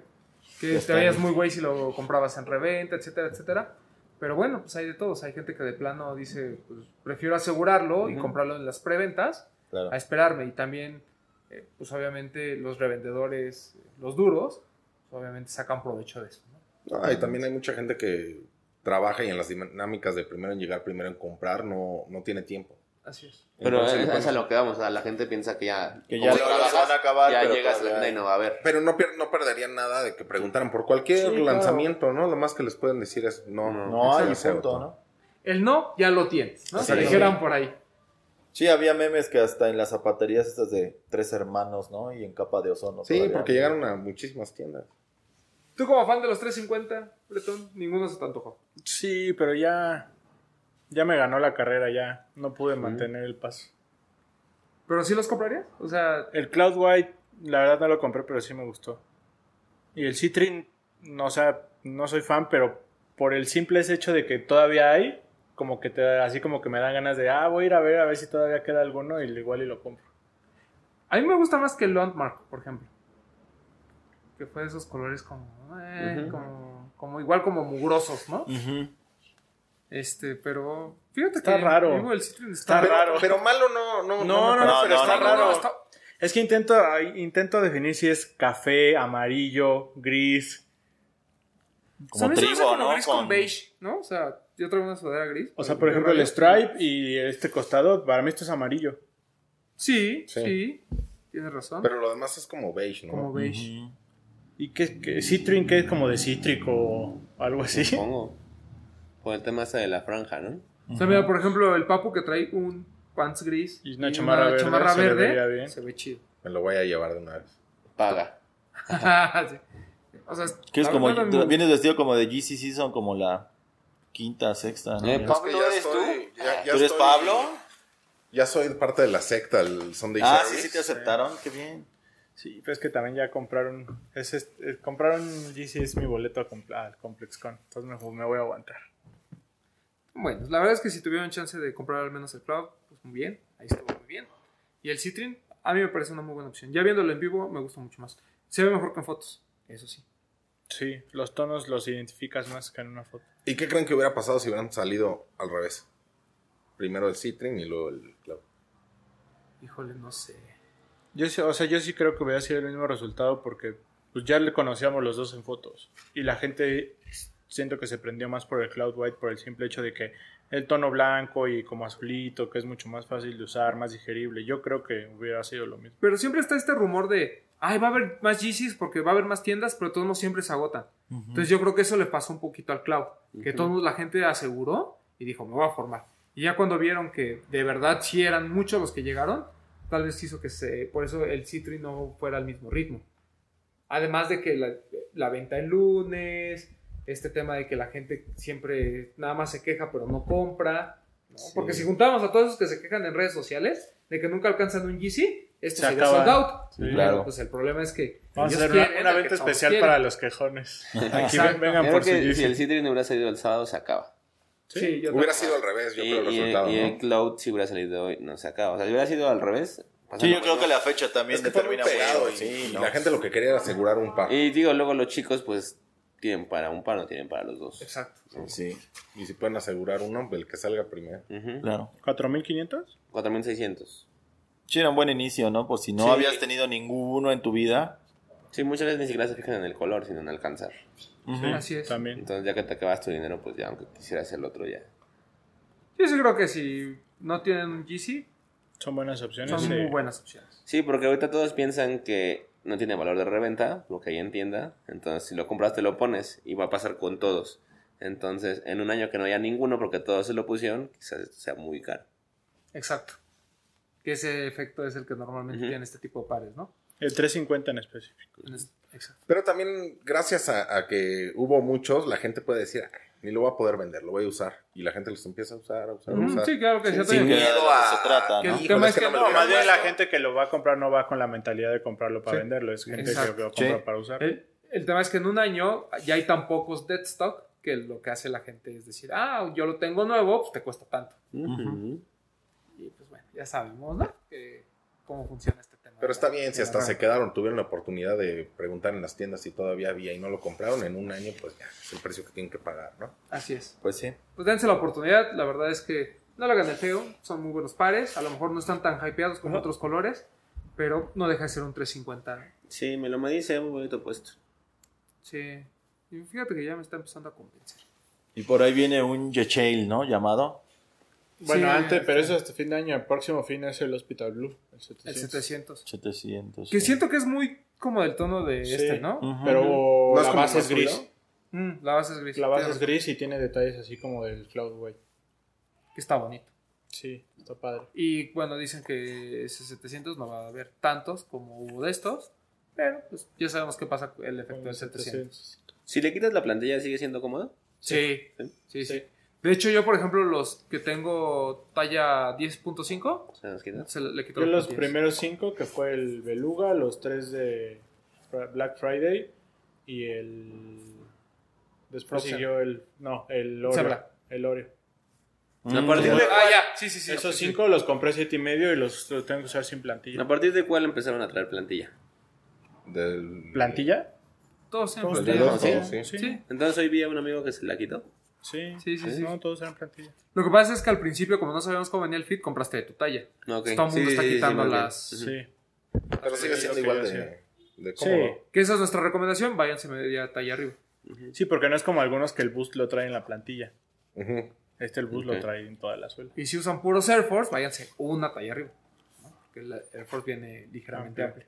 que
Los
te veías
pares.
muy güey si lo comprabas en reventa, etcétera, etcétera. Pero bueno, pues hay de todos. Hay gente que de plano dice, pues prefiero asegurarlo y
Ujú.
comprarlo en las preventas
Claro.
a esperarme. Y también, eh, pues obviamente los revendedores, eh, los duros, pues, obviamente sacan provecho de eso, ¿no?
Ah, y también hay mucha gente que trabaja y en las dinámicas de primero en llegar, primero en comprar, no, no tiene tiempo.
Así es.
Pero
Entonces,
eh,
es,
cuando-
es a lo que vamos, o sea, la gente piensa que ya,
Que
como
ya
si
lo
trabajas,
van a acabar,
ya
pero pues,
llegas a la
todavía
tienda y
hay.
no va a haber.
Pero no, pier- no perderían nada de que preguntaran por cualquier
Sí, claro.
lanzamiento, ¿no? Lo más que les pueden decir es no.
No.
No hay
ya
y
se
punto,
agotó.
¿no?
El no ya lo tienes, ¿no? Se
Exactamente.
dijeran por ahí.
Sí, había memes que hasta en las zapaterías estas de tres hermanos, ¿no? Y en capa de ozono.
Sí,
Pues todavía.
porque llegaron a muchísimas tiendas.
Tú como fan de los 350, Bretón, ninguno se te antojó.
Sí, pero ya. Ya me ganó la carrera, ya. No pude mantener el paso.
¿Pero sí los comprarías? O sea,
El Cloud White, la verdad no lo compré, pero sí me gustó. Y el Citrin, no, o sea, no soy fan, pero por el simple hecho de que todavía hay, como que te, así como que me dan ganas de, ah, voy a ir a ver a ver si todavía queda alguno y igual y lo compro.
a mí me gusta más que el Landmark, por ejemplo. Que fue de esos colores como, eh,
Ujú.
como, como igual como mugrosos, ¿no?
Ujú.
Este, pero fíjate
Está
que
raro.
digo, el Citroën
Está
pero,
raro.
Pero malo no, no,
No,
me
no, no,
parece.
pero está
no,
raro.
no, está-
Es que intento, ay, intento definir si es café, amarillo, gris.
Como
¿Sabes?
trigo,
O sea, como
¿no?
Gris con...
Con-
beige, ¿no? O sea, yo traigo una sudadera gris.
O sea,
pero
por
de
ejemplo, el
rayas.
Stripe y este costado, para mí esto es amarillo.
Sí, sí,
Sí.
tienes razón.
Pero lo demás es como beige, ¿no?
como beige.
Ujú.
¿Y qué, qué- Citrin, que es como de cítrico o algo así?
Supongo. Por el tema ese de la franja, ¿no?
O sea, mira, por ejemplo, el Papu que trae un pants gris
Y una chamarra verde,
chamarra
se le
verde,
vería bien.
se ve chido.
Me lo voy a llevar de una vez.
Paga.
Sí. O sea,
Que es
la
como,
verdad, a mí-
vienes vestido como de GC Season, como la quinta, sexta. ¿no?
Eh,
Ya.
Pablo, ¿eres tú?
ya- ya
¿Tú eres
estoy-
Pablo?
Ah. Ya soy parte de la secta, el Sunday
Ah, sí,
Service.
sí te aceptaron, qué bien.
Sí, pero es que también ya compraron. Es, es- eh, compraron GC es mi boleto a compl- al ComplexCon. Entonces me, me voy a aguantar.
Bueno, la verdad es que si tuvieron chance de comprar al menos el Cloud, pues muy bien, ahí estuvo muy bien. Y el Citrin, a mí me parece una muy buena opción. Ya viéndolo en vivo, me gusta mucho más. Se ve mejor que en fotos, eso sí.
Sí, los tonos los identificas más que en una foto.
¿Y qué creen que hubiera pasado si hubieran salido al revés? Primero el Citrin y luego el Cloud.
Híjole, no sé.
Yo sí, o sea, yo sí creo que hubiera sido el mismo resultado porque pues, ya le conocíamos los dos en fotos. Y la gente siento que se prendió más por el Cloud White por el simple hecho de que el tono blanco y como azulito, que es mucho más fácil de usar, más digerible. Yo creo que hubiera sido lo mismo.
Pero siempre está este rumor de, ay, va a haber más GCs porque va a haber más tiendas, pero de todos modos siempre se agotan. Entonces yo creo que eso le pasó un poquito al Cloud, que de todos modos la gente aseguró y dijo, me voy a formar. Y ya cuando vieron que de verdad sí eran muchos los que llegaron, tal vez hizo que se, por eso el Citri no fuera al mismo ritmo. Además de que la, la venta el lunes, este tema de que la gente siempre nada más se queja pero no compra. ¿no?
Sí.
Porque si juntamos a todos esos que se quejan en redes sociales de que nunca alcanzan un GC, esto
Se
sería
acaba.
sold out.
Sí,
claro.
Pero, Pues el problema es que.
Vamos a
ellos
hacer una,
quieren
una
el que
venta
todos
especial
quieren.
para los quejones. Aquí ven-
Exacto.
vengan
Yo creo
por su
que si
GC.
el Citrine hubiera salido el sábado, se acaba.
Sí, yo también.
Hubiera sido al revés,
Pues
yo
Y,
creo, el
y-
resultado,
y el
¿no?
Cloud, si hubiera salido hoy, no se acaba. O sea, si hubiera sido al revés. pasa
Sí, yo
lo
creo
mismo.
que la fecha también
Es que fue muy
determina
pegado
mucho.
y,
Sí,
y
¿no?
la gente lo que quería era asegurar un par.
Y digo, luego los chicos, pues tienen para un par, no tienen para los dos.
Exacto.
Sí,
Y si pueden asegurar uno, el que salga primero.
Ujú.
claro.
¿4500?
4600.
Sí, era un buen inicio, ¿no? Por si no
Sí.
habías tenido ninguno en tu vida.
Sí, muchas veces ni siquiera se fijan en el color, sino en alcanzar.
Ujú.
Sí,
Así es.
También.
Entonces, ya que te acabas tu dinero, pues ya, aunque quisieras el otro, ya.
Yo sí creo que si no tienen un GC,
Son buenas opciones.
son
sí.
muy buenas opciones.
Sí, porque ahorita todos piensan que no tiene valor de reventa, lo que hay en tienda. Entonces, si lo compras, te lo pones y va a pasar con todos. Entonces, en un año que no haya ninguno porque todos se lo pusieron, quizás sea muy caro.
Exacto. Que ese efecto es el que normalmente
Ujú.
tienen este tipo de pares, ¿no?
El 350 en específico.
En este- Exacto.
Pero también, gracias a, a que hubo muchos, la gente puede decir, "Ay, ni lo voy a poder vender, lo voy a usar. Y la gente los empieza a usar, a usar, a
Ujú,
usar.
sí, claro que sí.
Sin
también.
miedo a lo que se trata,
que-
¿no?
que
Híjole,
más
es que
que
no me
no,
lo
más
gasto.
bien la gente que lo va a comprar no va con la mentalidad de comprarlo para
Sí.
venderlo. Es gente
Exacto. Eh,
que lo compra
Sí.
para usar.
El, el tema es que en un año ya hay tan pocos dead stock que lo que hace la gente es decir, ah, yo lo tengo nuevo, pues te cuesta tanto.
Ujú.
Y pues bueno, ya sabemos, ¿no? Que- cómo funciona este tema.
Pero está bien, si
De
hasta
la
se
renta.
quedaron, tuvieron la oportunidad de preguntar en las tiendas si todavía había y no lo compraron en un año, pues ya, es el precio que tienen que pagar, ¿no?
Así es.
Pues sí.
Pues dense la oportunidad, la verdad es que no lo hagan de feo, son muy buenos pares, a lo mejor no están tan hypeados como otros colores, pero no deja de ser un 350.
Sí, me lo me dice, muy bonito puesto.
Sí. Y fíjate que ya me está empezando a convencer.
Y por ahí viene un Yechail, ¿no? Llamado.
Bueno,
Sí,
antes,
el-
pero eso hasta fin de año. El próximo fin es el Hospital Blue, el 700.
El 700.
700.
Que
sí.
siento que es muy como del tono de
Sí. Mm.
este, ¿no?
Ujú.
Pero
¿No es
la
como
base es
más
gris.
oscuro?
Mm, la base es gris.
La base
Tienes
es gris y tiene detalles así como del Cloud White.
razón, Que está bonito.
Sí, está padre.
Y bueno, dicen que ese 700 no va a haber tantos como hubo de estos, pero pues ya sabemos qué pasa con el efecto
Con
del
el
700.
Si le quitas la plantilla, ¿sigue siendo cómodo?
Sí, sí, sí.
Sí.
De hecho, yo, por ejemplo, los que tengo talla 10.5,
¿Se los quitas?
se le le quito
Yo
las
los
plantillas.
primeros cinco, que fue el Beluga, los tres de Fra- Black Friday y el... Después
Ocean.
siguió el... No, el Oreo.
Zebra.
El Oreo.
Mm,
A partir de-
Ah, ya, sí, sí, sí.
Esos
sí.
cinco los compré siete y medio y los, los tengo que usar sin plantilla.
¿A partir de cuál empezaron a traer plantilla?
Del,
¿Plantilla?
Todos en
Todos
del
plantilla.
dos, sí.
¿Sí?
Sí.
Sí.
Entonces hoy vi a un amigo que se la quitó.
Sí,
Sí, sí, sí.
No, todos eran plantilla.
Lo que pasa es que al principio, como no sabíamos cómo venía el fit, compraste de tu talla.
No, ok.
Todo el mundo está quitando
más bien.
las-
Ujú.
Sí.
Pero sigue
Sí,
siendo
ok,
igual
sí.
de, de
Sí.
cómodo.
Que esa es nuestra recomendación, váyanse media talla arriba.
sí, porque no es como algunos que el boost lo trae en la plantilla.
Ujú.
Este el boost
Ok.
lo trae en toda la suela.
Y si usan puros Air Force, váyanse una talla arriba. ¿no? Porque el Air Force viene ligeramente
Ok.
amplio.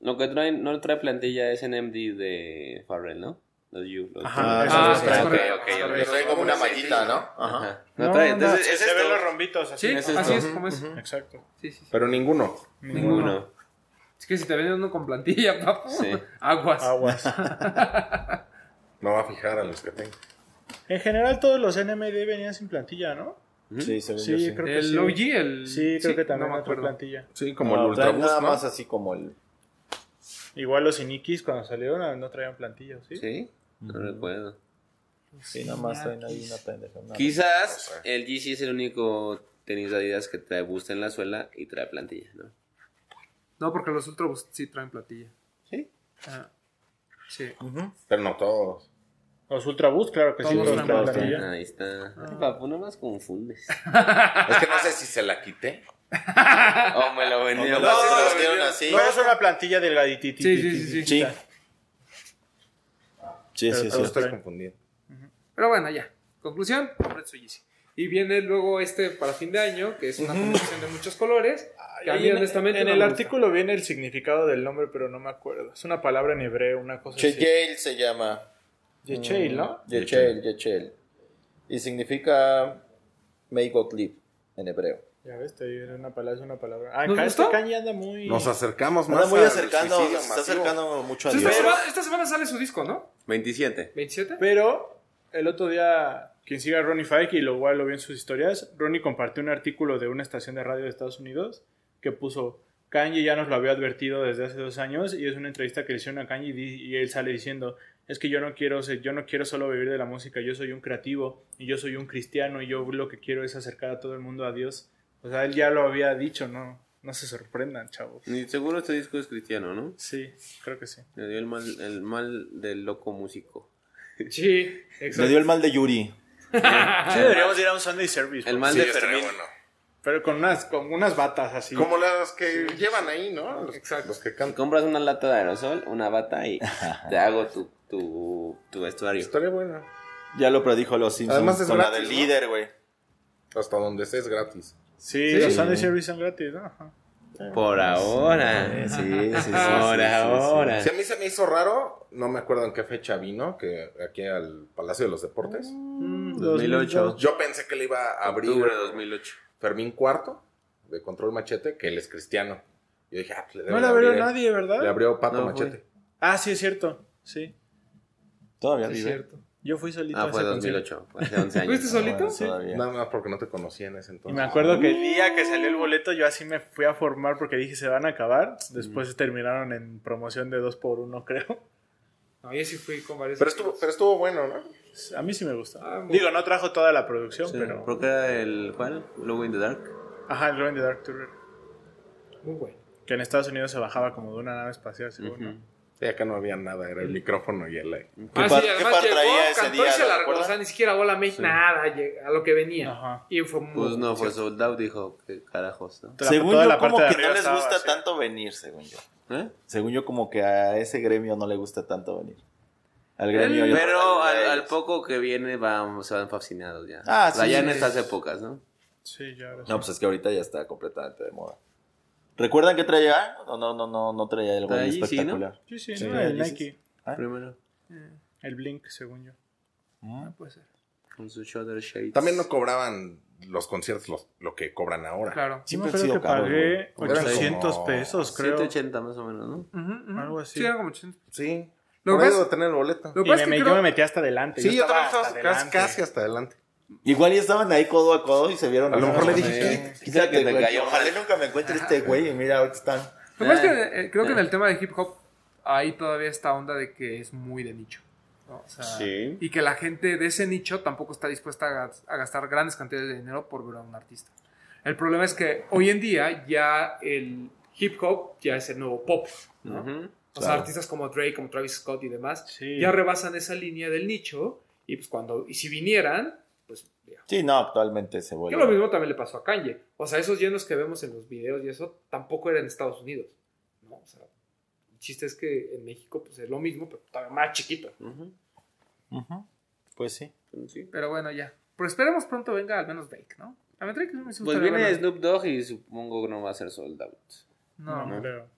Lo que traen, no trae plantilla es NMD de Farrell, ¿no? Los You. los-
Ajá,
Ah,
esos los trae.
ok,
ok,
ok, ok.
Pero trae como una mallita, ¿no? Ajá.
Ajá. No, trae. Entonces, es
se ven los
esto.
rombitos así.
Sí,
es esto.
así es como es.
Exacto.
Sí, sí, sí.
Pero ninguno.
Ninguno.
Uno.
Es que si te venden uno con plantilla, papu,
Sí.
aguas.
Aguas.
No va a fijar a los que tengo.
En general todos los NMD venían sin plantilla, ¿no?
Ujú.
Sí, según
Sí,
yo sí.
creo que
El
sí.
OG, el.
Sí, creo que también
no me
no
acuerdo.
plantilla.
Sí, como
No,
el
trae
Ultrabus,
Ah, nada
¿no?
más así como el...
Igual los Inikis cuando salieron ah, no traían plantilla, ¿sí?
Sí, no recuerdo.
Sí, nada más traen ahí una pendeja. una-
Quizás
no sé.
el GC es el único tenis de Adidas que trae busta en la suela y trae plantilla, ¿no?
No, porque los Ultra Boost sí traen plantilla.
Sí.
Ah, sí.
Ujú.
Pero no todos.
Los Ultra Boost, claro que sí,
Todos
todos
traen
traen
plantilla.
plantilla.
Ahí está. Ay, papu, no más confundes.
Es que no sé si se la quité.
Oh, me lo vendió.
No, se los dieron así.
No es una plantilla delgaditita.
Sí, sí, sí, sí.
Sí. Sí, sí,
Yo
sí.
estoy confundido.
Pero bueno, ya. Conclusión, compren su Yeezy. Y viene luego este para fin de año, que es una combinación de muchos colores. Que a mí,
Ahí en,
honestamente,
en
no
el
me
artículo viene el significado del nombre, pero no me acuerdo. Es una palabra en hebreo, una cosa así.
Yechail se llama.
Yechail,
Mm.
¿no?
Yechail, Yechail. Y significa May God live en hebreo.
Ya ves, te digo, una palabra, es una palabra. Ah,
¿Nos
acá este
gustó?
Kanye anda muy...
Nos acercamos más.
Anda muy
al
acercando, se
suicidio
está
masivo.
acercando mucho a
gusta. Esta
Dios.
semana, esta semana sale su disco, ¿no?
27.
¿27?
Pero el otro día, quien siga a Ronnie Fike y lo igual lo vi en sus historias, Ronnie compartió un artículo de una estación de radio de Estados Unidos que puso Kanye ya nos lo había advertido desde hace dos años y es una entrevista que le hicieron a Kanye y, di- y él sale diciendo es que yo no quiero ser- yo no quiero solo vivir de la música, yo soy un creativo y yo soy un cristiano y yo lo que quiero es acercar a todo el mundo a Dios. O sea, él ya lo había dicho, no, no se sorprendan, chavos.
Y seguro este disco es cristiano, ¿no?
Sí, creo que sí.
Le dio el mal, el mal del loco músico.
Sí,
Me dio
exacto.
el mal de Yuri.
Sí, deberíamos ir a un Sunday service.
El
güey.
mal
Sí,
de
estaría
Fermín.
bueno.
Pero con unas, con unas batas así.
Como las que llevan ahí, ¿no? Los,
Exacto.
los que cantan.
Compras una lata de aerosol, una bata y te hago tu, tu, tu vestuario.
Estaría bueno.
Ya lo predijo los Simpsons.
Además es
con la
gratis,
del
¿no?
líder, güey.
Hasta donde sea es gratis.
Sí,
Sí.
los Sunday service son gratis, ¿no? Ajá.
Por ahora.
Sí, sí, sí, sí,
Por
sí, sí,
ahora.
Si a mí se me hizo raro, no me acuerdo en qué fecha vino, que aquí al Palacio de los Deportes.
Mm.
2008.
Yo pensé que le iba a abrir
Octubre de 2008.
Fermín Cuarto, de Control Machete, que él es cristiano. Yo dije, ah, pues le
No
deben
la
abrir
abrió
¿eh?
él.
nadie, ¿eh? ¿verdad?
Le abrió Pato
No,
Machete.
Ah, sí, es cierto. Sí.
sí. Todavía
Es
vive.
cierto.
Yo fui solito a
Ah,
ese
fue
concierto.
2008. fue Hace 11
¿Fuiste
años.
solito?
Bueno, todavía.
Nada más porque no te conocía en ese
Y
entonces.
me acuerdo que el día que salió el boleto, yo así me fui a formar porque dije se van a acabar.
Mm.
Después terminaron en promoción de 2 por 1 creo.
No, yo sí fui con varios.
Pero estuvo,
amigos.
pero estuvo bueno, ¿no?
A mí sí me gusta.
Ah, muy-
Digo, no trajo toda la producción,
Sí,
pero.
Creo que era el. ¿Cuál? Lobo in the Dark.
Ajá, el Glow in the Dark Tour.
Muy bueno.
Que en Estados Unidos se bajaba como de una nave espacial, según. ¿no?
Ujú.
Sí, acá no había nada, era el micrófono y el aire.
¿Qué
ah,
par-
sí,
qué
además
par
llegó,
traía ese
cantó y
día,
se
lo
largó,
recuerdas?
o sea, ni siquiera bola a México,
Sí.
nada, lleg- a lo que venía.
Ajá.
Y fue muy...
Pues no, fue sold out, dijo. ¿Qué carajos, no?
Toda-
Según
toda
yo,
la parte
como
de
que
arriba
no les
estaba
gusta
así.
tanto venir, según yo.
¿Eh?
Según yo, como que a ese gremio no le gusta tanto venir. Al gremio. y-
Mm, Pero al, al poco que viene vamos, se van fascinados ya.
Ah,
O sea,
sí,
ya en
sí,
estas
sí.
épocas, ¿no?
Sí, ya ahora sí.
No, pues es que ahorita ya está completamente de moda. ¿Recuerdan que traía? No, no, no, no, no traía algo
Traía Yeezy, ¿no?
espectacular.
Sí, sí,
pues, Sí,
no, el
dices.
Nike.
¿Ah?
Primero.
El Blink, según yo.
Mm.
Ah, Puede ser.
Con su shoulder shades.
También no cobraban los conciertos los- lo que cobran ahora.
Claro.
Yo me
Siempre han
acuerdo
sido
que
caros,
pagué
güey.
Eran
800
como
pesos, creo.
780 más o menos, ¿no?
Ujú, ujú.
Algo así.
Sí, era como 80.
Sí.
Lo
Por
que
ahí
pasa-
debo tener el boleto.
Lo que
Y me,
pasa es que
yo
creo-
me metí hasta adelante.
Sí, yo
hasta
también estaba casi,
adelante.
casi hasta adelante.
Igual ya estaban ahí codo a codo y se vieron.
A lo mejor le
Sí.
dije,
Quítate,
que te
güey,
cayó
Ojalá nunca me encuentre este güey. Y mira, ahorita están.
Lo que pasa
ah,
es que eh, creo que en el tema de hip hop hay todavía esta onda de que es muy de nicho. ¿no? O sea,
Sí.
Y que la gente de ese nicho tampoco está dispuesta a gas- a gastar grandes cantidades de dinero por ver a un artista. El problema es que hoy en día ya el hip hop ya es el nuevo pop. ¿no?
Ujú.
O sea,
Claro.
artistas como Drake, como Travis Scott y demás,
Sí.
ya rebasan esa línea del nicho. Y pues cuando, y si vinieran, pues ya.
Sí, no, actualmente se
Que
vuelve.
lo mismo también le pasó a Kanye. O sea, esos llenos que vemos en los videos y eso tampoco eran en Estados Unidos. ¿no? O sea, el chiste es que en México pues es lo mismo, pero todavía más chiquito.
Ujú.
Ujú. Pues sí.
Sí.
Pero bueno, ya. Pero esperemos pronto venga al menos Drake, ¿no? A mí Drake me
Pues viene Snoop Dogg y supongo que no va a ser sold out.
No,
No, no.
creo.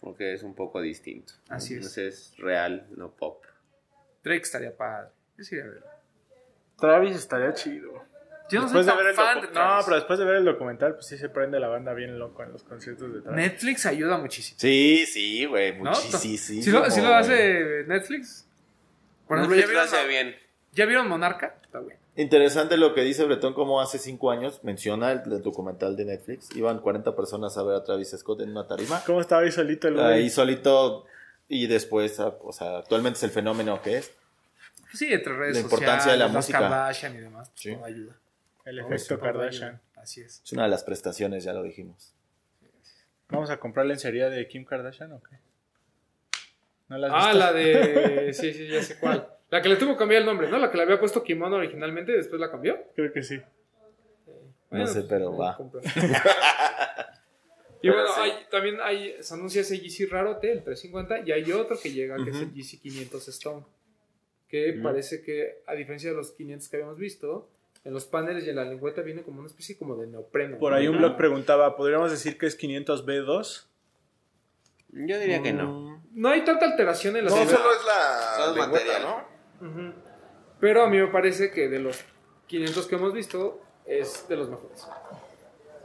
Porque es un poco distinto.
Así es.
Entonces es real, no pop.
Drake estaría padre. Yo sí iría a verlo.
Travis estaría chido.
Yo no soy
Después de
tan
ver el
fan
docu-
de
No,
Travis.
pero después de ver el documental, pues sí se prende la banda bien loco en los conciertos de Travis.
Netflix ayuda muchísimo.
Sí, sí, güey.
¿no?
Muchísimo.
Si lo, si lo
güey.
hace Netflix. Por ejemplo,
Netflix
¿ya
lo
vieron,
hace bien.
¿ya vieron Monarca? Está bueno.
Interesante lo que dice Bretón, como hace cinco años menciona el, el documental de Netflix. Iban 40 personas a ver a Travis Scott en una tarima.
¿Cómo estaba ahí solito el
Ahí
güey?
solito. Y después, ah, o sea, actualmente es el fenómeno que es.
Pues Sí, entre redes
La
sociales.
importancia de la
las
música.
Kardashian y demás. pues,
Sí.
todo ayuda.
El
¿no?
efecto
Todo
Kardashian.
ayuda. Así es.
Es una de las prestaciones, ya lo dijimos.
¿Vamos a comprar lencería de Kim Kardashian o qué? ¿No la has
Ah,
visto?
la de. Sí, sí, ya sé cuál. La que le tuvo que cambiar el nombre, ¿no? La que le había puesto kimono originalmente y después la cambió. pues,
Creo que sí.
No sé, pero
ahí
va.
compra. y bueno, hay- también hay, se anuncia ese GC Rarote, el 350, y hay otro que llega, que es el GC 500 Stone. Que parece que, a diferencia de los 500 que habíamos visto, en los paneles y en la lengüeta viene como una especie como de neopreno.
Por
¿no?
ahí un blog preguntaba, ¿podríamos decir que es 500B2?
Yo diría
Mm.
que no.
No hay tanta alteración en la
No,
silueta.
solo es la
Solo es
lengüeta,
material.
¿no?
Ujú. Pero a mí me parece que de los 500 que hemos visto, es de los mejores.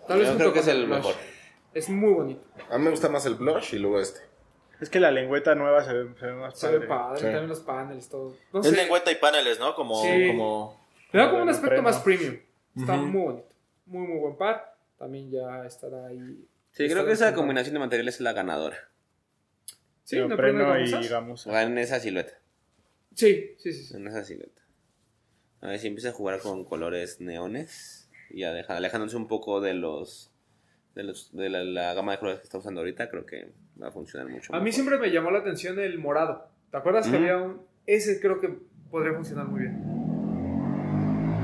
Tal
Yo
junto
creo que
con
es el
Blush.
mejor.
Es muy bonito.
A mí me gusta más el blush y luego este.
Es que la lengüeta nueva se ve, se ve más
Se ve
padre.
padre,
Sí.
también los paneles, todo. No
es
sé,
lengüeta y paneles, ¿no? Como,
Sí.
como
le da como
Bueno,
un aspecto
freno.
más premium. Está
Ujú.
muy bonito. Muy, muy buen par. También ya estará ahí.
Sí, creo que esa combinación de materiales es la ganadora.
Sí,
Pero
¿no
Preno
prende
y
gamusas?
Gamusa.
O sea, en esa silueta.
Sí, sí, sí. sí.
En esa silueta. A ver si empieza a jugar con colores neones. Y ya deja- alejándose un poco de los. De, los, de la, la gama de colores que está usando ahorita, creo que va a funcionar mucho.
A mí
mejor.
siempre me llamó la atención el morado. ¿Te acuerdas que
Ujú.
había un, Ese creo que podría funcionar muy bien.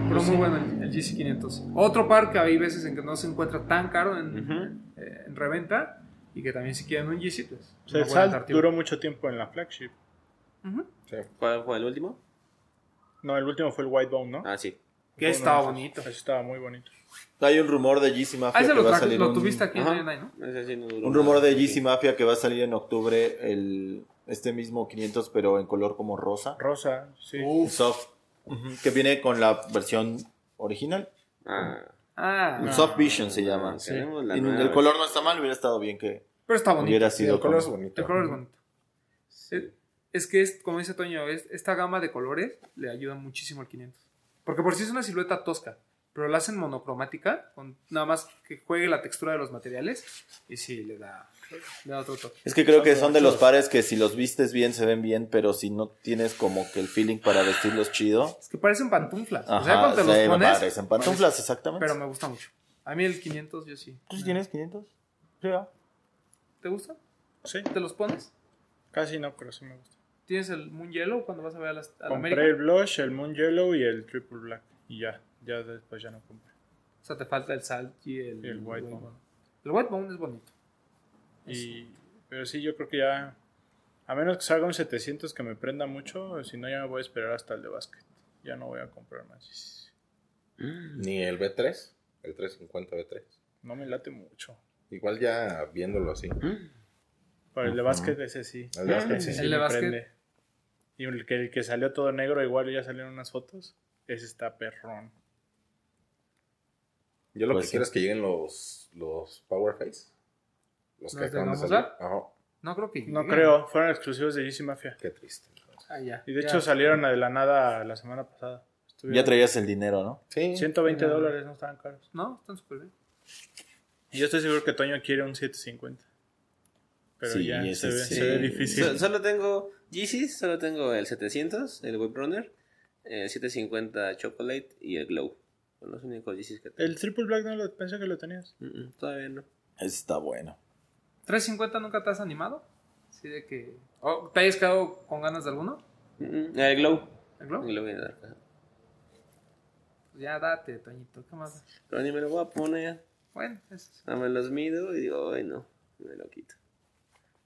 Pero muy bueno el, el GC500. Otro par que hay veces en que no se encuentra tan caro en,
Ujú.
eh, en reventa y que también si quieren un GC, pues.
O sea,
no
el
pueden
Salt
dar tiempo.
duró mucho tiempo en la flagship.
Ujú. Ah,
¿Cuál fue el último?
No, el último fue el Whitebone, ¿no?
Ah, sí.
Que
Fue
estaba
uno de
bonito.
esos. Ese estaba muy bonito.
Hay un rumor de GC Mafia
Ah, ese
que
lo,
va a
traje-
salir
lo
un-
tuviste aquí
Ajá.
en Night, ¿no?
Ese sí no duró
Un rumor
nada.
de GC Mafia que va a salir en octubre el, este mismo 500, pero en color como rosa.
Rosa, sí.
Uf.
Soft. Ujú, Que viene con la versión original.
Ah,
Ah,
Un Soft Vision se
ah,
llama.
queremos la
Y
nueva
el color no está mal, hubiera estado bien que
pero está bonito.
hubiera
Sí,
sido.
el color es
como-
bonito.
El color es bonito. Es, es que, es, como dice Toño, es- esta gama de colores le ayuda muchísimo al 500. Porque por sí es una silueta tosca, pero la hacen monocromática, con nada más que juegue la textura de los materiales y sí, le da, le da otro toque.
Es que creo que son de los pares que si los vistes bien se ven bien, pero si no tienes como que el feeling para vestirlos chido.
Es que parecen pantuflas. o sea,
Ajá,
cuando te los
se
pones,
parecen pantuflas, exactamente.
pero me gusta mucho. A mí el 500, yo sí.
¿Tú sí tienes 500? Sí, ah.
¿Te gusta?
Sí,
¿Te los pones?
casi no, pero sí me gusta.
¿Tienes el Moon Yellow cuando vas a ver a, las, a la
Compré
América?
el Blush, el Moon Yellow y el Triple Black. Y ya, ya después ya no compré.
O sea, te falta el Salt y el,
Y el White Bone.
El White Bone es bonito.
Y, pero sí, yo creo que ya. A menos que salga un 700 que me prenda mucho, si no, ya me voy a esperar hasta el de básquet. Ya no voy a comprar más.
Ni el B3, el 350 B3.
No me late mucho.
Igual ya viéndolo así.
Mm.
Pero el de
Ujú.
básquet, ese sí.
El de básquet,
Ese
sí.
sí
El de
me
básquet.
prende. Y el que, el que salió todo negro, igual ya salieron unas fotos. Ese está perrón.
Yo lo
Pues
que
sí.
quiero es que lleguen los, los Power Face. Los
¿Los
que
de
acaban
Gamma
de salir.
Black?
Ajá.
No creo que...
No
lleguen.
creo, fueron exclusivos de GC Mafia.
Qué triste.
Ah, ya,
Y de
ya.
hecho salieron de la nada la semana pasada. Estuvieron-
Ya traías el dinero, ¿no?
Sí.
120
Ajá.
dólares, no estaban caros.
No, están súper bien.
Y yo estoy seguro que Toño quiere un 750. Pero
Sí,
ya
ese
se ve,
sí.
se ve difícil.
So- solo tengo GCs, solo tengo el 700, el Web Runner, el 750 Chocolate y el Glow. Son los únicos GCs que tengo.
El Triple Black no lo pensé que lo tenías.
Mm, mm, Todavía no.
Ese está bueno.
350 nunca te has animado. Así de que. o ¿Te hayas quedado con ganas de alguno?
Mm, mm, El Glow.
¿El
El
Glow?
Glow viene de acá.
Ya date, Toñito. ¿Qué más?
Pero ni me lo voy a poner.
Bueno, eso es-
Nada más los mido y digo, ay no, me lo quito.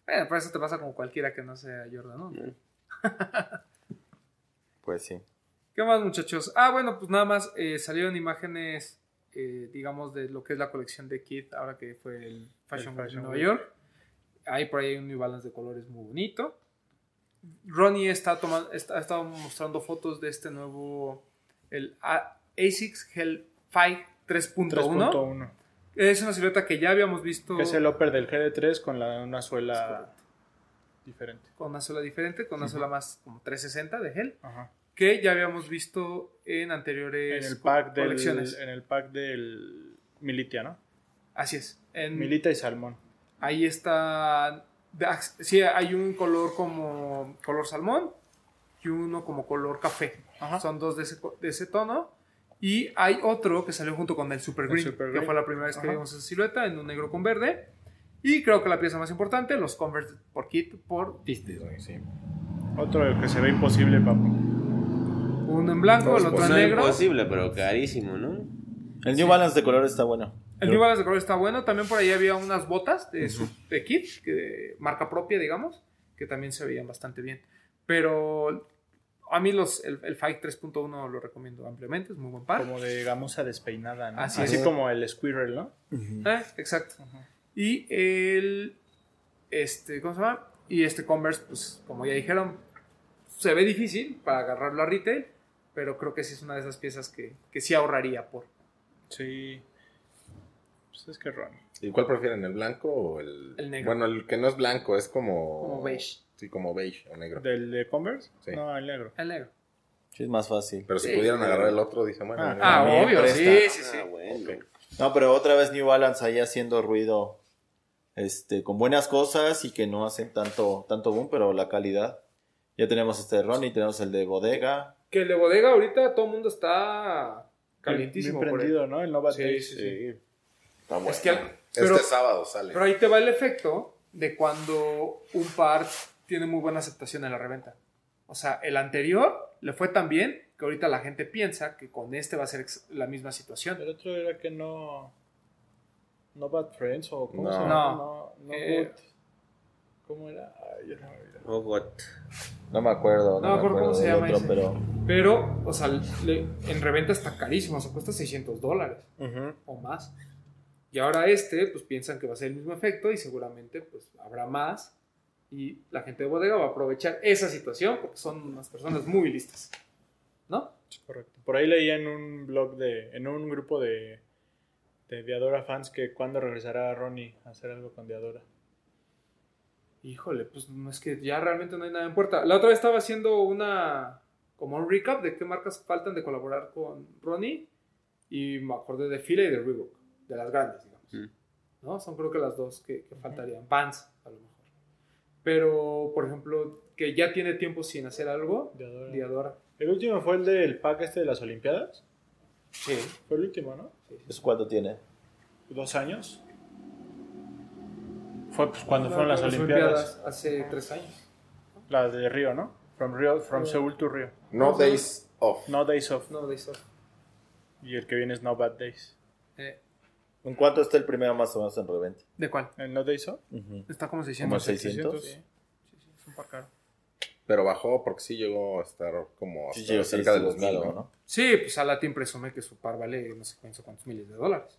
bueno, pero eso te pasa como cualquiera que no sea Jordan, ¿no?
Mm.
Pues sí.
¿Qué más, muchachos? Ah, bueno, pues nada más eh, salieron imágenes, eh, digamos, de lo que es la colección de Kid, ahora que fue el Fashion Week
El
de
Fashion
Nueva
Week.
York. Ahí por ahí hay un New Balance de colores muy bonito. Ronnie está tomando, está, ha estado mostrando fotos de este nuevo, el A- ASICS Hell 5 3.1.
3.1.
Es una silueta que ya habíamos visto
Que es el upper del GD3 con la, una
Es
suela
correcto.
diferente.
con una sola diferente, con una sola más como 360 de Hell,
Ajá.
que ya habíamos visto en
En
anteriores
el,
co-
pack del,
colecciones.
en el pack del Militia, ¿no?
Así es. En,
Milita y Salmón.
Ahí está. de ax- Sí, hay un color como color salmón y uno como color café.
Ajá.
Son dos de ese, co- de ese tono. Y hay otro que salió junto con el Super
El
Green,
Super
que
Green.
fue la primera vez que
Ajá.
vimos esa silueta en un negro con verde. Y creo que la pieza más importante, los Converse por Kit por Disney.
Disney, sí.
Otro que se ve imposible, papu.
Uno en blanco, el
Todos
otro
Pues
en
no es
negro.
imposible, pero carísimo, ¿no?
El New Balance de color está bueno.
El New Balance de color está bueno. También por ahí había unas botas de, su, de Kit, que- marca propia, digamos, que también se veían bastante bien. Pero a mí los, el, el Fight 3.1 lo recomiendo ampliamente, es muy buen par.
Como de gamuza despeinada, ¿no?
Así
¿Ah? Así,
es.
como el Squirrel, ¿no?
Ah, exacto. Y el. Este, ¿Cómo se llama? Y este Converse, pues como ya dijeron, se ve difícil para agarrarlo a retail, pero creo que sí es una de esas piezas que, que sí ahorraría por.
Sí. Pues es que Ron.
¿Y cuál prefieren, el blanco o el...
El negro.
Bueno, el que no es blanco, es como...
Como beige.
Sí, como beige o negro.
¿Del de Converse?
Sí.
No, el negro.
El negro.
Sí, es más fácil.
Pero si
Sí.
pudieran agarrar el otro, dicen, bueno...
Ah,
no,
Ah,
no.
También
obvio,
presta.
sí, sí, sí.
Ah, bueno.
No, pero otra vez New Balance ahí haciendo ruido. Este, con buenas cosas y que no hacen tanto, tanto boom, pero la calidad. Ya tenemos este de Ronnie, tenemos el de Bodega.
Que el de bodega ahorita todo el mundo está calientísimo. por
Bien
él.
prendido, ¿no? El Nova
Sí,
Taste.
sí, sí.
Está bueno.
Es que al-
Este
pero,
sábado sale.
pero ahí te va el efecto de cuando un par tiene muy buena aceptación en la reventa. O sea, el anterior le fue tan bien que ahorita la gente piensa que con este va a ser ex- la misma situación.
El otro era que no. No Bad Friends o cómo
No.
se llama.
No.
No, no
Eh.
Good. ¿Cómo era? Ay, ya no me acuerdo.
Oh, God.
No me acuerdo.
No me acuerdo cómo se
del
llama
otro,
ese.
pero
Pero, o sea, le- en reventa está carísimo, o sea, cuesta 600 dólares o más. Y ahora este, pues piensan que va a ser el mismo efecto y seguramente pues habrá más. Y la gente de bodega va a aprovechar esa situación porque son unas personas muy listas. ¿No?
Sí, correcto. Por ahí leía en un blog de. En un grupo de. De Diadora fans que cuando regresará Ronnie a hacer algo con Diadora.
Híjole, pues no es que ya realmente no hay nada en puerta. La otra vez estaba haciendo una. como un recap de qué marcas faltan de colaborar con Ronnie. Y me acordé de Fila y de Reebok. De las grandes, digamos.
Mm.
¿No? Son creo que las dos que, que faltarían. Vans, a lo mejor. Pero, por ejemplo, que ya tiene tiempo sin hacer algo.
Diadora.
Diadora.
El último fue el del pack este de las Olimpiadas.
Sí.
Fue el último, ¿no?
¿eso cuánto tiene?
¿Dos años? Fue pues, cuando
No,
fueron las Olimpiadas.
Hace tres años.
La de Río, ¿no? From, Río, from Seúl to Río.
No days off.
No Days Off.
No, de eso.
Y el que viene es No Bad Days.
Eh,
¿En cuánto está el primero más o menos en reventa?
¿De cuál?
¿El No Days Off?
Está como 600.
¿Como 600?
Sí.
Sí, sí, es un par caro.
Pero bajó porque sí llegó a estar como hasta
Sí, llegó
cerca de los mil,
caro,
¿no?
¿no?
Sí, pues Alatin presume que su par vale no sé cuántos, cuántos miles de dólares.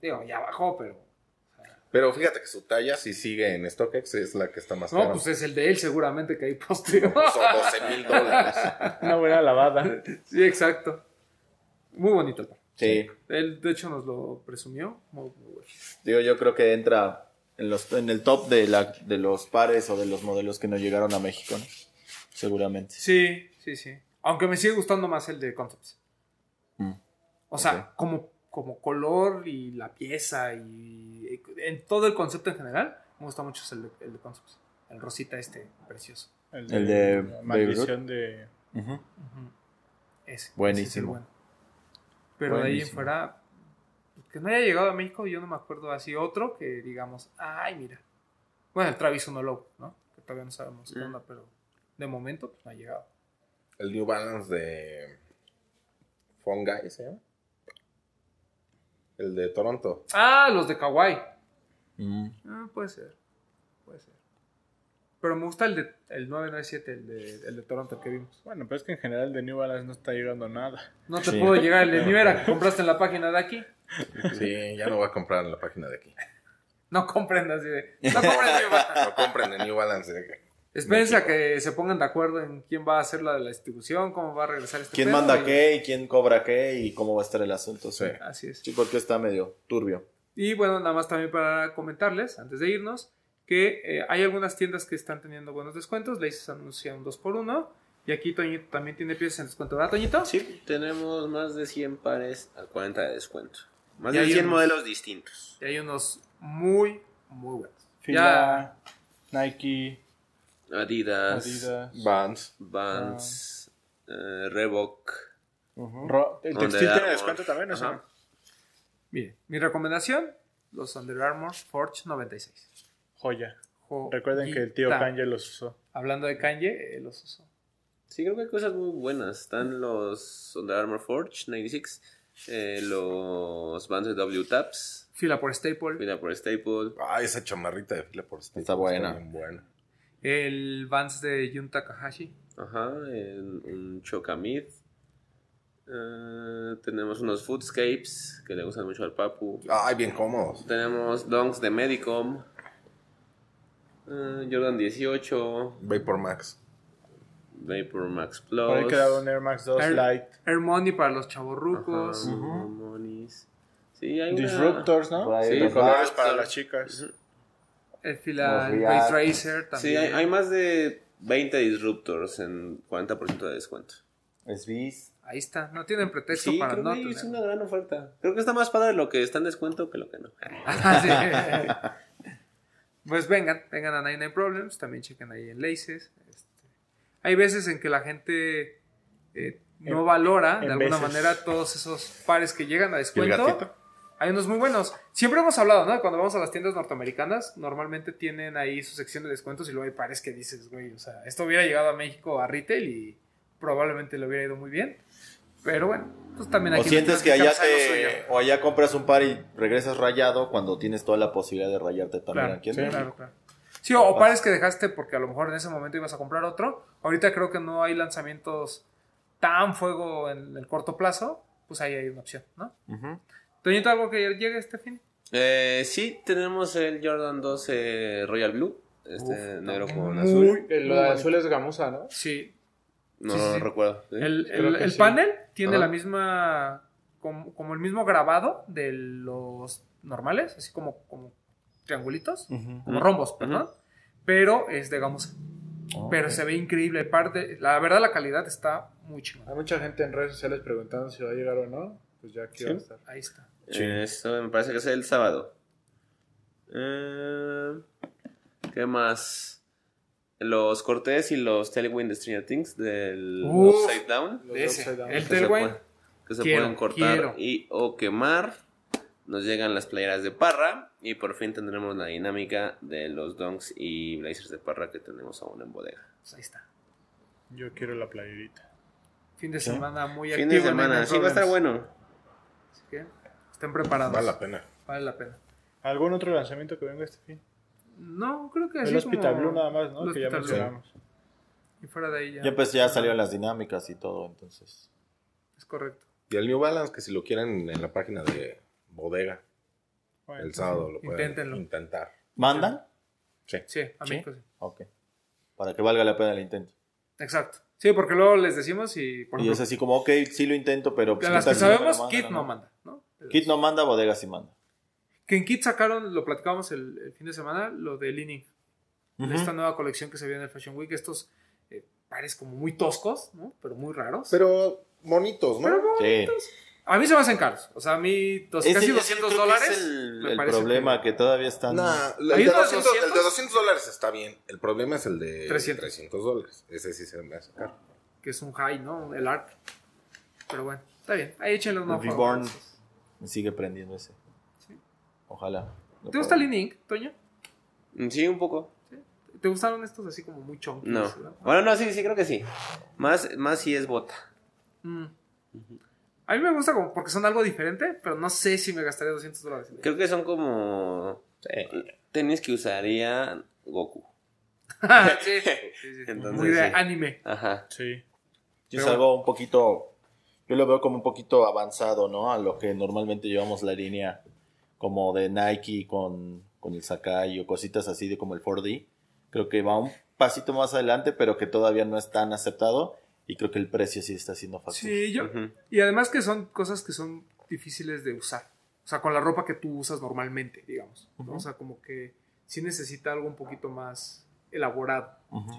Digo, ya bajó, pero.
Pero fíjate que su talla, si sigue en StockX, es la que está más
No,
cara.
pues eh. es el de él, seguramente que ahí posteó.
Son 12 mil dólares.
Una buena lavada.
Sí, exacto. Muy bonito el par.
Sí.
Él, de hecho, nos lo presumió. Muy, muy bueno.
Digo, yo creo que entra en, los, en el top de, la, de los pares o de los modelos que no llegaron a México, ¿no? Seguramente.
Sí, sí, sí. Aunque me sigue gustando más el de Concepts.
Mm,
O sea, como, como color y la pieza y eh, en todo el concepto en general, me gusta mucho el de, el de Concepts. El rosita este, precioso.
El de
la Maldición de...
Ujú.
Ujú. Ese.
Buenísimo.
ese es el bueno. Pero de ahí en
Buenísimo.
fuera, pues, que no haya llegado a México, yo no me acuerdo así otro que digamos, ay, mira. Bueno, el Travis Uno Low, ¿no? Que todavía no sabemos qué onda, pero de momento pues, no ha llegado.
El New Balance de Fungi, ¿se llama? El de Toronto.
Ah, los de Kawaii.
Mm.
Ah, puede ser. Puede ser. Pero me gusta el de el 997, el de, el de Toronto que vimos.
Bueno, pero es que en general de New Balance no está llegando nada.
No te
Sí.
puedo llegar el de Nivera que compraste en la página de aquí.
Sí, ya no voy a comprar en la página de aquí.
No comprendas así de. No comprendas mi bata.
No compren el New Balance.
Espérense a
México.
que se pongan de acuerdo en quién va a hacer la de la distribución, cómo va a regresar este
¿Quién
pedo,
manda
y-
qué y quién cobra qué y cómo va a estar el asunto? Sí.
Sí.
Así es.
Sí, porque está medio turbio.
Y bueno, nada más también para comentarles, antes de irnos, que eh, hay algunas tiendas que están teniendo buenos descuentos. Laces anuncia un 2x1. Y aquí Toñito también tiene piezas en descuento, ¿verdad, Toñito?
Sí, tenemos más de 100 pares al 40 de descuento. Más
Ya
de
hay
100
unos.
modelos distintos.
Y hay unos muy, muy buenos.
Fila, Nike,
Adidas,
Adidas,
Vans.
Vans, eh, Reebok.
Ro- Ah. ¿El
Under
textil tiene
Armour.
descuento también o sea?
Ajá.
Miren, mi recomendación, los Under Armour Forge 96.
Joya. Recuerden que el tío
Joyita.
Kanye los usó.
Hablando de Kanye, eh, los usó.
Sí, creo que hay cosas muy buenas. Están los Under Armour Forge 96, eh, los Vans de W Taps,
Fila por Staple.
Vida por Staple.
Ay, esa chamarrita de fila por este.
Está buena.
bien buena.
El Vans de Jun Takahashi.
Ajá, en un Chocamid. Eh, tenemos unos Foodscapes que le gustan mucho al Papu.
Ay, bien cómodos.
Tenemos Donks de Medicom. eh, Jordan 18.
Vapor Max.
Vapor Max
Por ahí
Plus.
quedaba un Air Max 2
Air-
Lite.
Air Money para los
ajá,
chavorrucos.
Monis. Sí, hay una-
Disruptors, ¿no?
Por ahí
Sí,
los
colores
Vans.
Para
Disruptor.
las chicas.
El fila
Los
el
React.
Race Racer también.
Sí, hay, hay más de 20 Disruptors en 40% de descuento.
Sbis.
Ahí está. No tienen pretexto
sí,
para
creo
no
que es una
tener.
gran oferta. Creo que está más padre lo que está en descuento que lo que no.
Ah, sí. pues vengan, vengan a 99 Problems. También chequen ahí en Laces. Este, Hay veces en que la gente eh, no
En-
valora de
en
alguna
veces.
manera todos esos pares que llegan a
¿Y el
descuento.
gatito?
Hay unos muy buenos. Siempre hemos hablado, ¿no? Cuando vamos a las tiendas norteamericanas, normalmente tienen ahí su sección de descuentos y luego hay pares que dices, güey, o sea, esto hubiera llegado a México a retail y probablemente le hubiera ido muy bien. Pero bueno, pues también
O
aquí...
sientes que allá
mexicanos hay lo
te,
suyo.
o allá compras un par y regresas rayado cuando tienes toda la posibilidad de rayarte también
Claro,
aquí en
sí,
México.
claro, claro. Sí, o, o pares que dejaste porque a lo mejor en ese momento ibas a comprar otro. Ahorita creo que no hay lanzamientos tan fuego en el corto plazo. Pues ahí hay una opción, ¿no?
Ujú.
Toñito, algo que llegue este fin.
Eh, sí, tenemos el Jordan 12 Royal Blue. Este
Uf,
negro
también
con
muy-
azul.
Eh, Lo
Muy
de
bonito.
azul es gamuza, ¿no?
Sí.
No,
sí, sí, sí.
recuerdo. ¿sí?
El,
Creo
el-
que
el
sí.
panel tiene
Ajá.
la misma. Como, como el mismo grabado de los normales, así como, como triangulitos, como
Ujú.
rombos, perdón. Pero es de gamuza. Pero se ve increíble. el par de- la verdad, la calidad está muy chingona.
Hay mucha gente en redes sociales preguntando si va a llegar o no. Pues ya aquí va a estar.
Ahí está.
Sí.
Eh, Esto me parece que es el sábado. Eh, ¿Qué más? Los cortes y los Tailwind de Stranger Things del
Uf.
Upside Down.
Los
Ese,
upside down.
el
Que se
Tailwind.
pueden- Que se
Quiero,
pueden cortar
quiero.
y o quemar. Nos llegan las playeras de Parra. Y por fin tendremos la dinámica de los donks y blazers de Parra que tenemos aún en bodega.
Pues ahí está.
Yo quiero la playerita.
Fin de
Sí.
semana muy
Fin de
activo.
semana.
Nine
Sí, va a estar
Problems.
bueno.
Así que estén preparados.
Vale la pena.
pena.
¿Algún otro lanzamiento que venga este fin?
No, creo que así
El Hospital
como-
Blue nada más, ¿no?
el
Que ya
Hospital Blue.
mencionamos.
Y fuera de ahí ya.
Ya pues ya salieron las dinámicas y todo, entonces.
Es correcto.
Y el New Balance, que si lo quieren en la página de bodega,
Bueno,
el sábado lo pueden
Inténtenlo.
intentar.
¿Mandan?
Sí, a
¿Sí?
México sí.
Ok. Para que valga la pena el intento.
Exacto. Sí, porque luego les decimos y por
Y es
ejemplo,
así como, ok, sí lo intento, pero...
de
¿qué
las que
tal si me lo
sabemos,
mandan
Kit
o
no manda, ¿no?
Kit no manda, bodega sí manda.
Que en Kit sacaron, lo platicamos el, el fin de semana, lo de Leaning, de esta
Ujú.
nueva colección que se vio en el Fashion Week, estos eh, pares como muy toscos, ¿no? Pero muy raros.
Pero bonitos, ¿no?
Pero
Sí.
A mí se me hacen caros. O sea, a mí dos-
Ese-
pues, casi
ese
200
creo que
dólares.
Es el,
me
el
parece
problema que, todavía están...
Nah, el,
¿Hay
de
uno de
200, el de
200?
200 dólares está bien. El problema es el de
300.
300, dólares. Ese sí se me hace caro.
que es un high, ¿no? El arc. Pero bueno, está bien. Ahí échenle un
El
ojo.
Reborn. Me sigue prendiendo ese.
Sí.
Ojalá. Lo
¿Te gusta
pueda-
Leaning, Toño?
Mm, Sí, un poco.
¿Te gustaron estos así como muy chonquis?
No.
¿verdad?
Bueno, no, sí, sí, creo que sí. Más, más si es bota.
Mm. A mí me gusta como porque son algo diferente, pero no sé si me gastaría 200 dólares. en ellos.
Creo que son como tenis que usaría Goku.
sí, sí, sí.
Entonces,
Muy de
sí.
anime.
Ajá.
Sí.
¿Este
Sí, es algo un poquito... Yo lo veo como un poquito avanzado, ¿no? A lo que normalmente llevamos la línea como de Nike con, con el Sakai o cositas así de como el 4D. Creo que va un pasito más adelante, pero que todavía no es tan aceptado. Y creo que el precio sí está siendo fácil.
Sí, yo.
Ujú.
Y además que son cosas que son difíciles de usar. O sea, con la ropa que tú usas normalmente, digamos. ¿no?
Ujú.
O sea, como que sí necesita algo un poquito más elaborado.
Ujú.
Sí.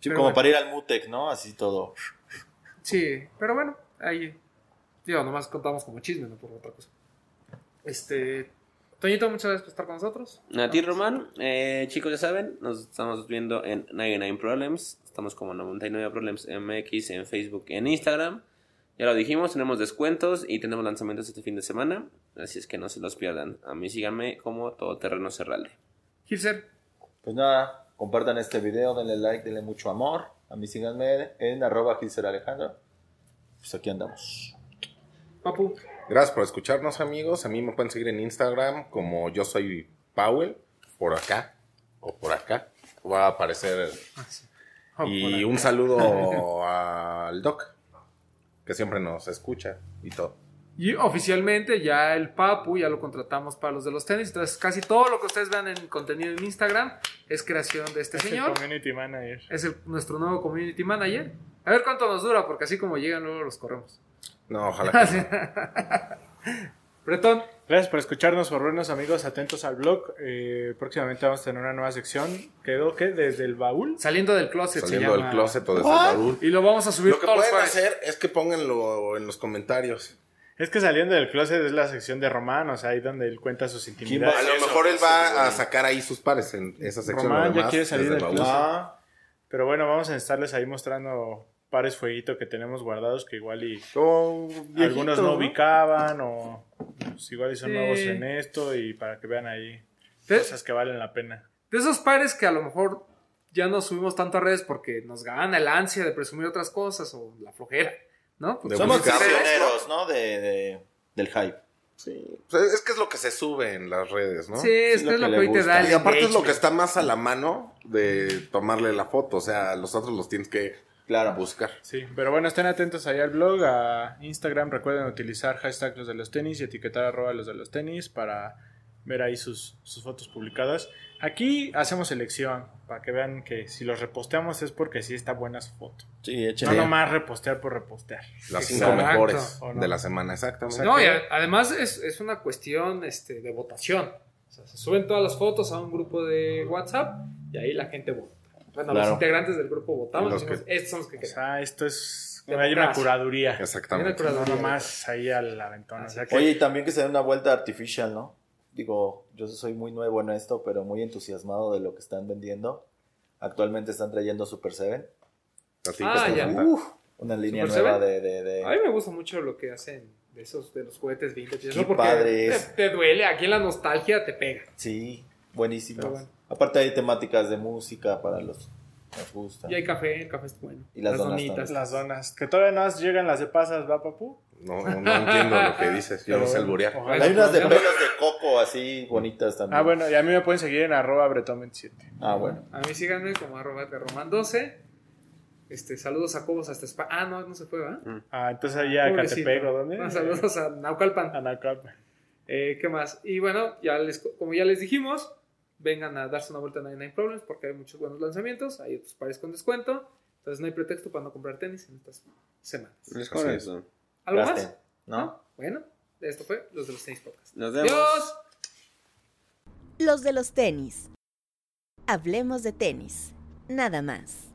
Sí,
Pero
como
bueno.
para ir al Mutec, ¿no? Así todo.
Sí, pero bueno, ahí. Digo, nomás contamos como chisme, no por otra cosa. Este. Toñito, muchas gracias por estar con nosotros.
A ti, Román, eh, chicos, ya saben, nos estamos viendo en 99 Problems. Estamos como 99 Problems MX en Facebook, en Instagram. Ya lo dijimos, tenemos descuentos y tenemos lanzamientos este fin de semana. Así es que no se los pierdan. A mí síganme como Todoterreno Cerralde.
Gilser,
Pues nada, compartan este video, denle like, denle mucho amor. A mí síganme en arroba Gilser Alejandro. Pues aquí andamos.
Papu,
Gracias por escucharnos, amigos. A mí me pueden seguir en Instagram como yo soy Powell, por acá o por acá. Va a aparecer.
Ah,
Y un saludo al Doc, que siempre nos escucha y todo.
Y oficialmente ya el Papu, ya lo contratamos para los de los tenis. Entonces, casi todo lo que ustedes vean en contenido en Instagram es creación de este
Es el
señor.
community manager.
Es el- nuestro nuevo community manager. A ver cuánto nos dura, porque así como llegan, luego los corremos.
No, ojalá que
Bretón,
Gracias por escucharnos, por vernos, amigos. Atentos al blog. Eh, próximamente vamos a tener una nueva sección. Quedó que desde el baúl.
saliendo del closet. Este se
saliendo del
llama.
closet o de Salvador.
Y lo vamos a subir
Lo que
todos los
pueden
jueves.
hacer es que pónganlo en los comentarios.
Es que saliendo del closet es la sección de Román, o sea, ahí donde él cuenta sus
va
A
intimidades.
lo mejor él va a sacar ahí sus pares en esa sección.
Román
lo
ya
demás,
quiere salir
desde
del
el baúl.
closet. Pero bueno, vamos a estarles ahí mostrando pares fueguito que tenemos guardados que igual y
Como viejito,
algunos no ubicaban o pues, igual y son
Sí.
nuevos en esto y para que vean ahí
De,
cosas que valen la pena.
de esos pares que a lo mejor ya no subimos tanto a redes porque nos gana el ansia de presumir otras cosas o la flojera, ¿no? Porque
De
Somos
buscar-
prisioneros, ¿no? De, de- del hype.
Sí. O sea, es que es lo que se sube en las redes, ¿no?
Sí, es,
Es
que
lo
es lo que
que le
hoy te
gusta.
da el
Y aparte es lo
engagement.
que está más a la mano de tomarle la foto. O sea, los otros los tienes que
Claro. pues,
buscar.
Sí, pero bueno, estén atentos ahí al blog, a Instagram. Recuerden utilizar hashtag los de los tenis y etiquetar arroba los de los tenis para ver ahí sus, sus fotos publicadas. Aquí hacemos selección para que vean que si los reposteamos es porque sí está buena su foto.
Sí,
No
échenle.
nomás repostear por repostear.
Las cinco
Exacto.
mejores
¿O no?
de la semana, exactamente.
No, y a- además es, es una cuestión este, de votación. O sea, se suben todas las fotos a un grupo de WhatsApp y ahí la gente vota. Bueno, los
Claro.
integrantes del grupo votamos.
Y
y
los
dijimos,
que-
Estos son los que
O
quedan.
sea, Ah, esto es... Hay
Democracia.
una curaduría.
Mira,
Exactamente.
cura-
No nomás ahí al aventón. O sea que-
Oye, y también que se dé una vuelta artificial, ¿no? Digo, yo soy muy nuevo en esto, pero muy entusiasmado de lo que están vendiendo. Actualmente están trayendo Super Seven.
A ti
Ah,
que te
ya.
encanta.
Uf, una línea
Super
nueva
Seven.
de... de, de-
A mí me gusta mucho lo que hacen de esos de los juguetes vintage. y eso,
Qué
porque
padre
te,
es.
te duele, aquí en la nostalgia te pega.
Sí, buenísimo.
Pero bueno.
Aparte hay temáticas de música para los que nos gusta.
Y hay café, el café es bueno.
Y las donas
Las donas. Que todavía no llegan las de pasas, ¿va, papu?
No, no, no entiendo lo que dices. Yo no sé alburear.
Ojalá.
Hay unas de
Donas.
pelos de coco así bonitas también.
Ah, bueno, y a mí me pueden seguir en arroba bretón27.
Ah, bueno.
A mí síganme como arroba de Román 12. Este, saludos a Cobos hasta España. Ah, no, no se fue, ¿verdad?
Ah, entonces allá a
Pobrecito.
Catepec, ¿o
Eh.
dónde?
Ah, saludos a Naucalpan.
Anacapa.
Eh, ¿Qué más? Y bueno, ya les, como ya les dijimos, vengan a darse una vuelta a 99 Problems porque hay muchos buenos lanzamientos, hay otros pares con descuento. Entonces no hay pretexto para no comprar tenis en estas semanas.
Es
Así es.
correcto.
¿Algo
Gasten,
más?
¿No?
Bueno, esto fue los de los tenis podcast.
Nos vemos.
¡Adiós!
Los de los tenis. Hablemos de tenis. Nada más.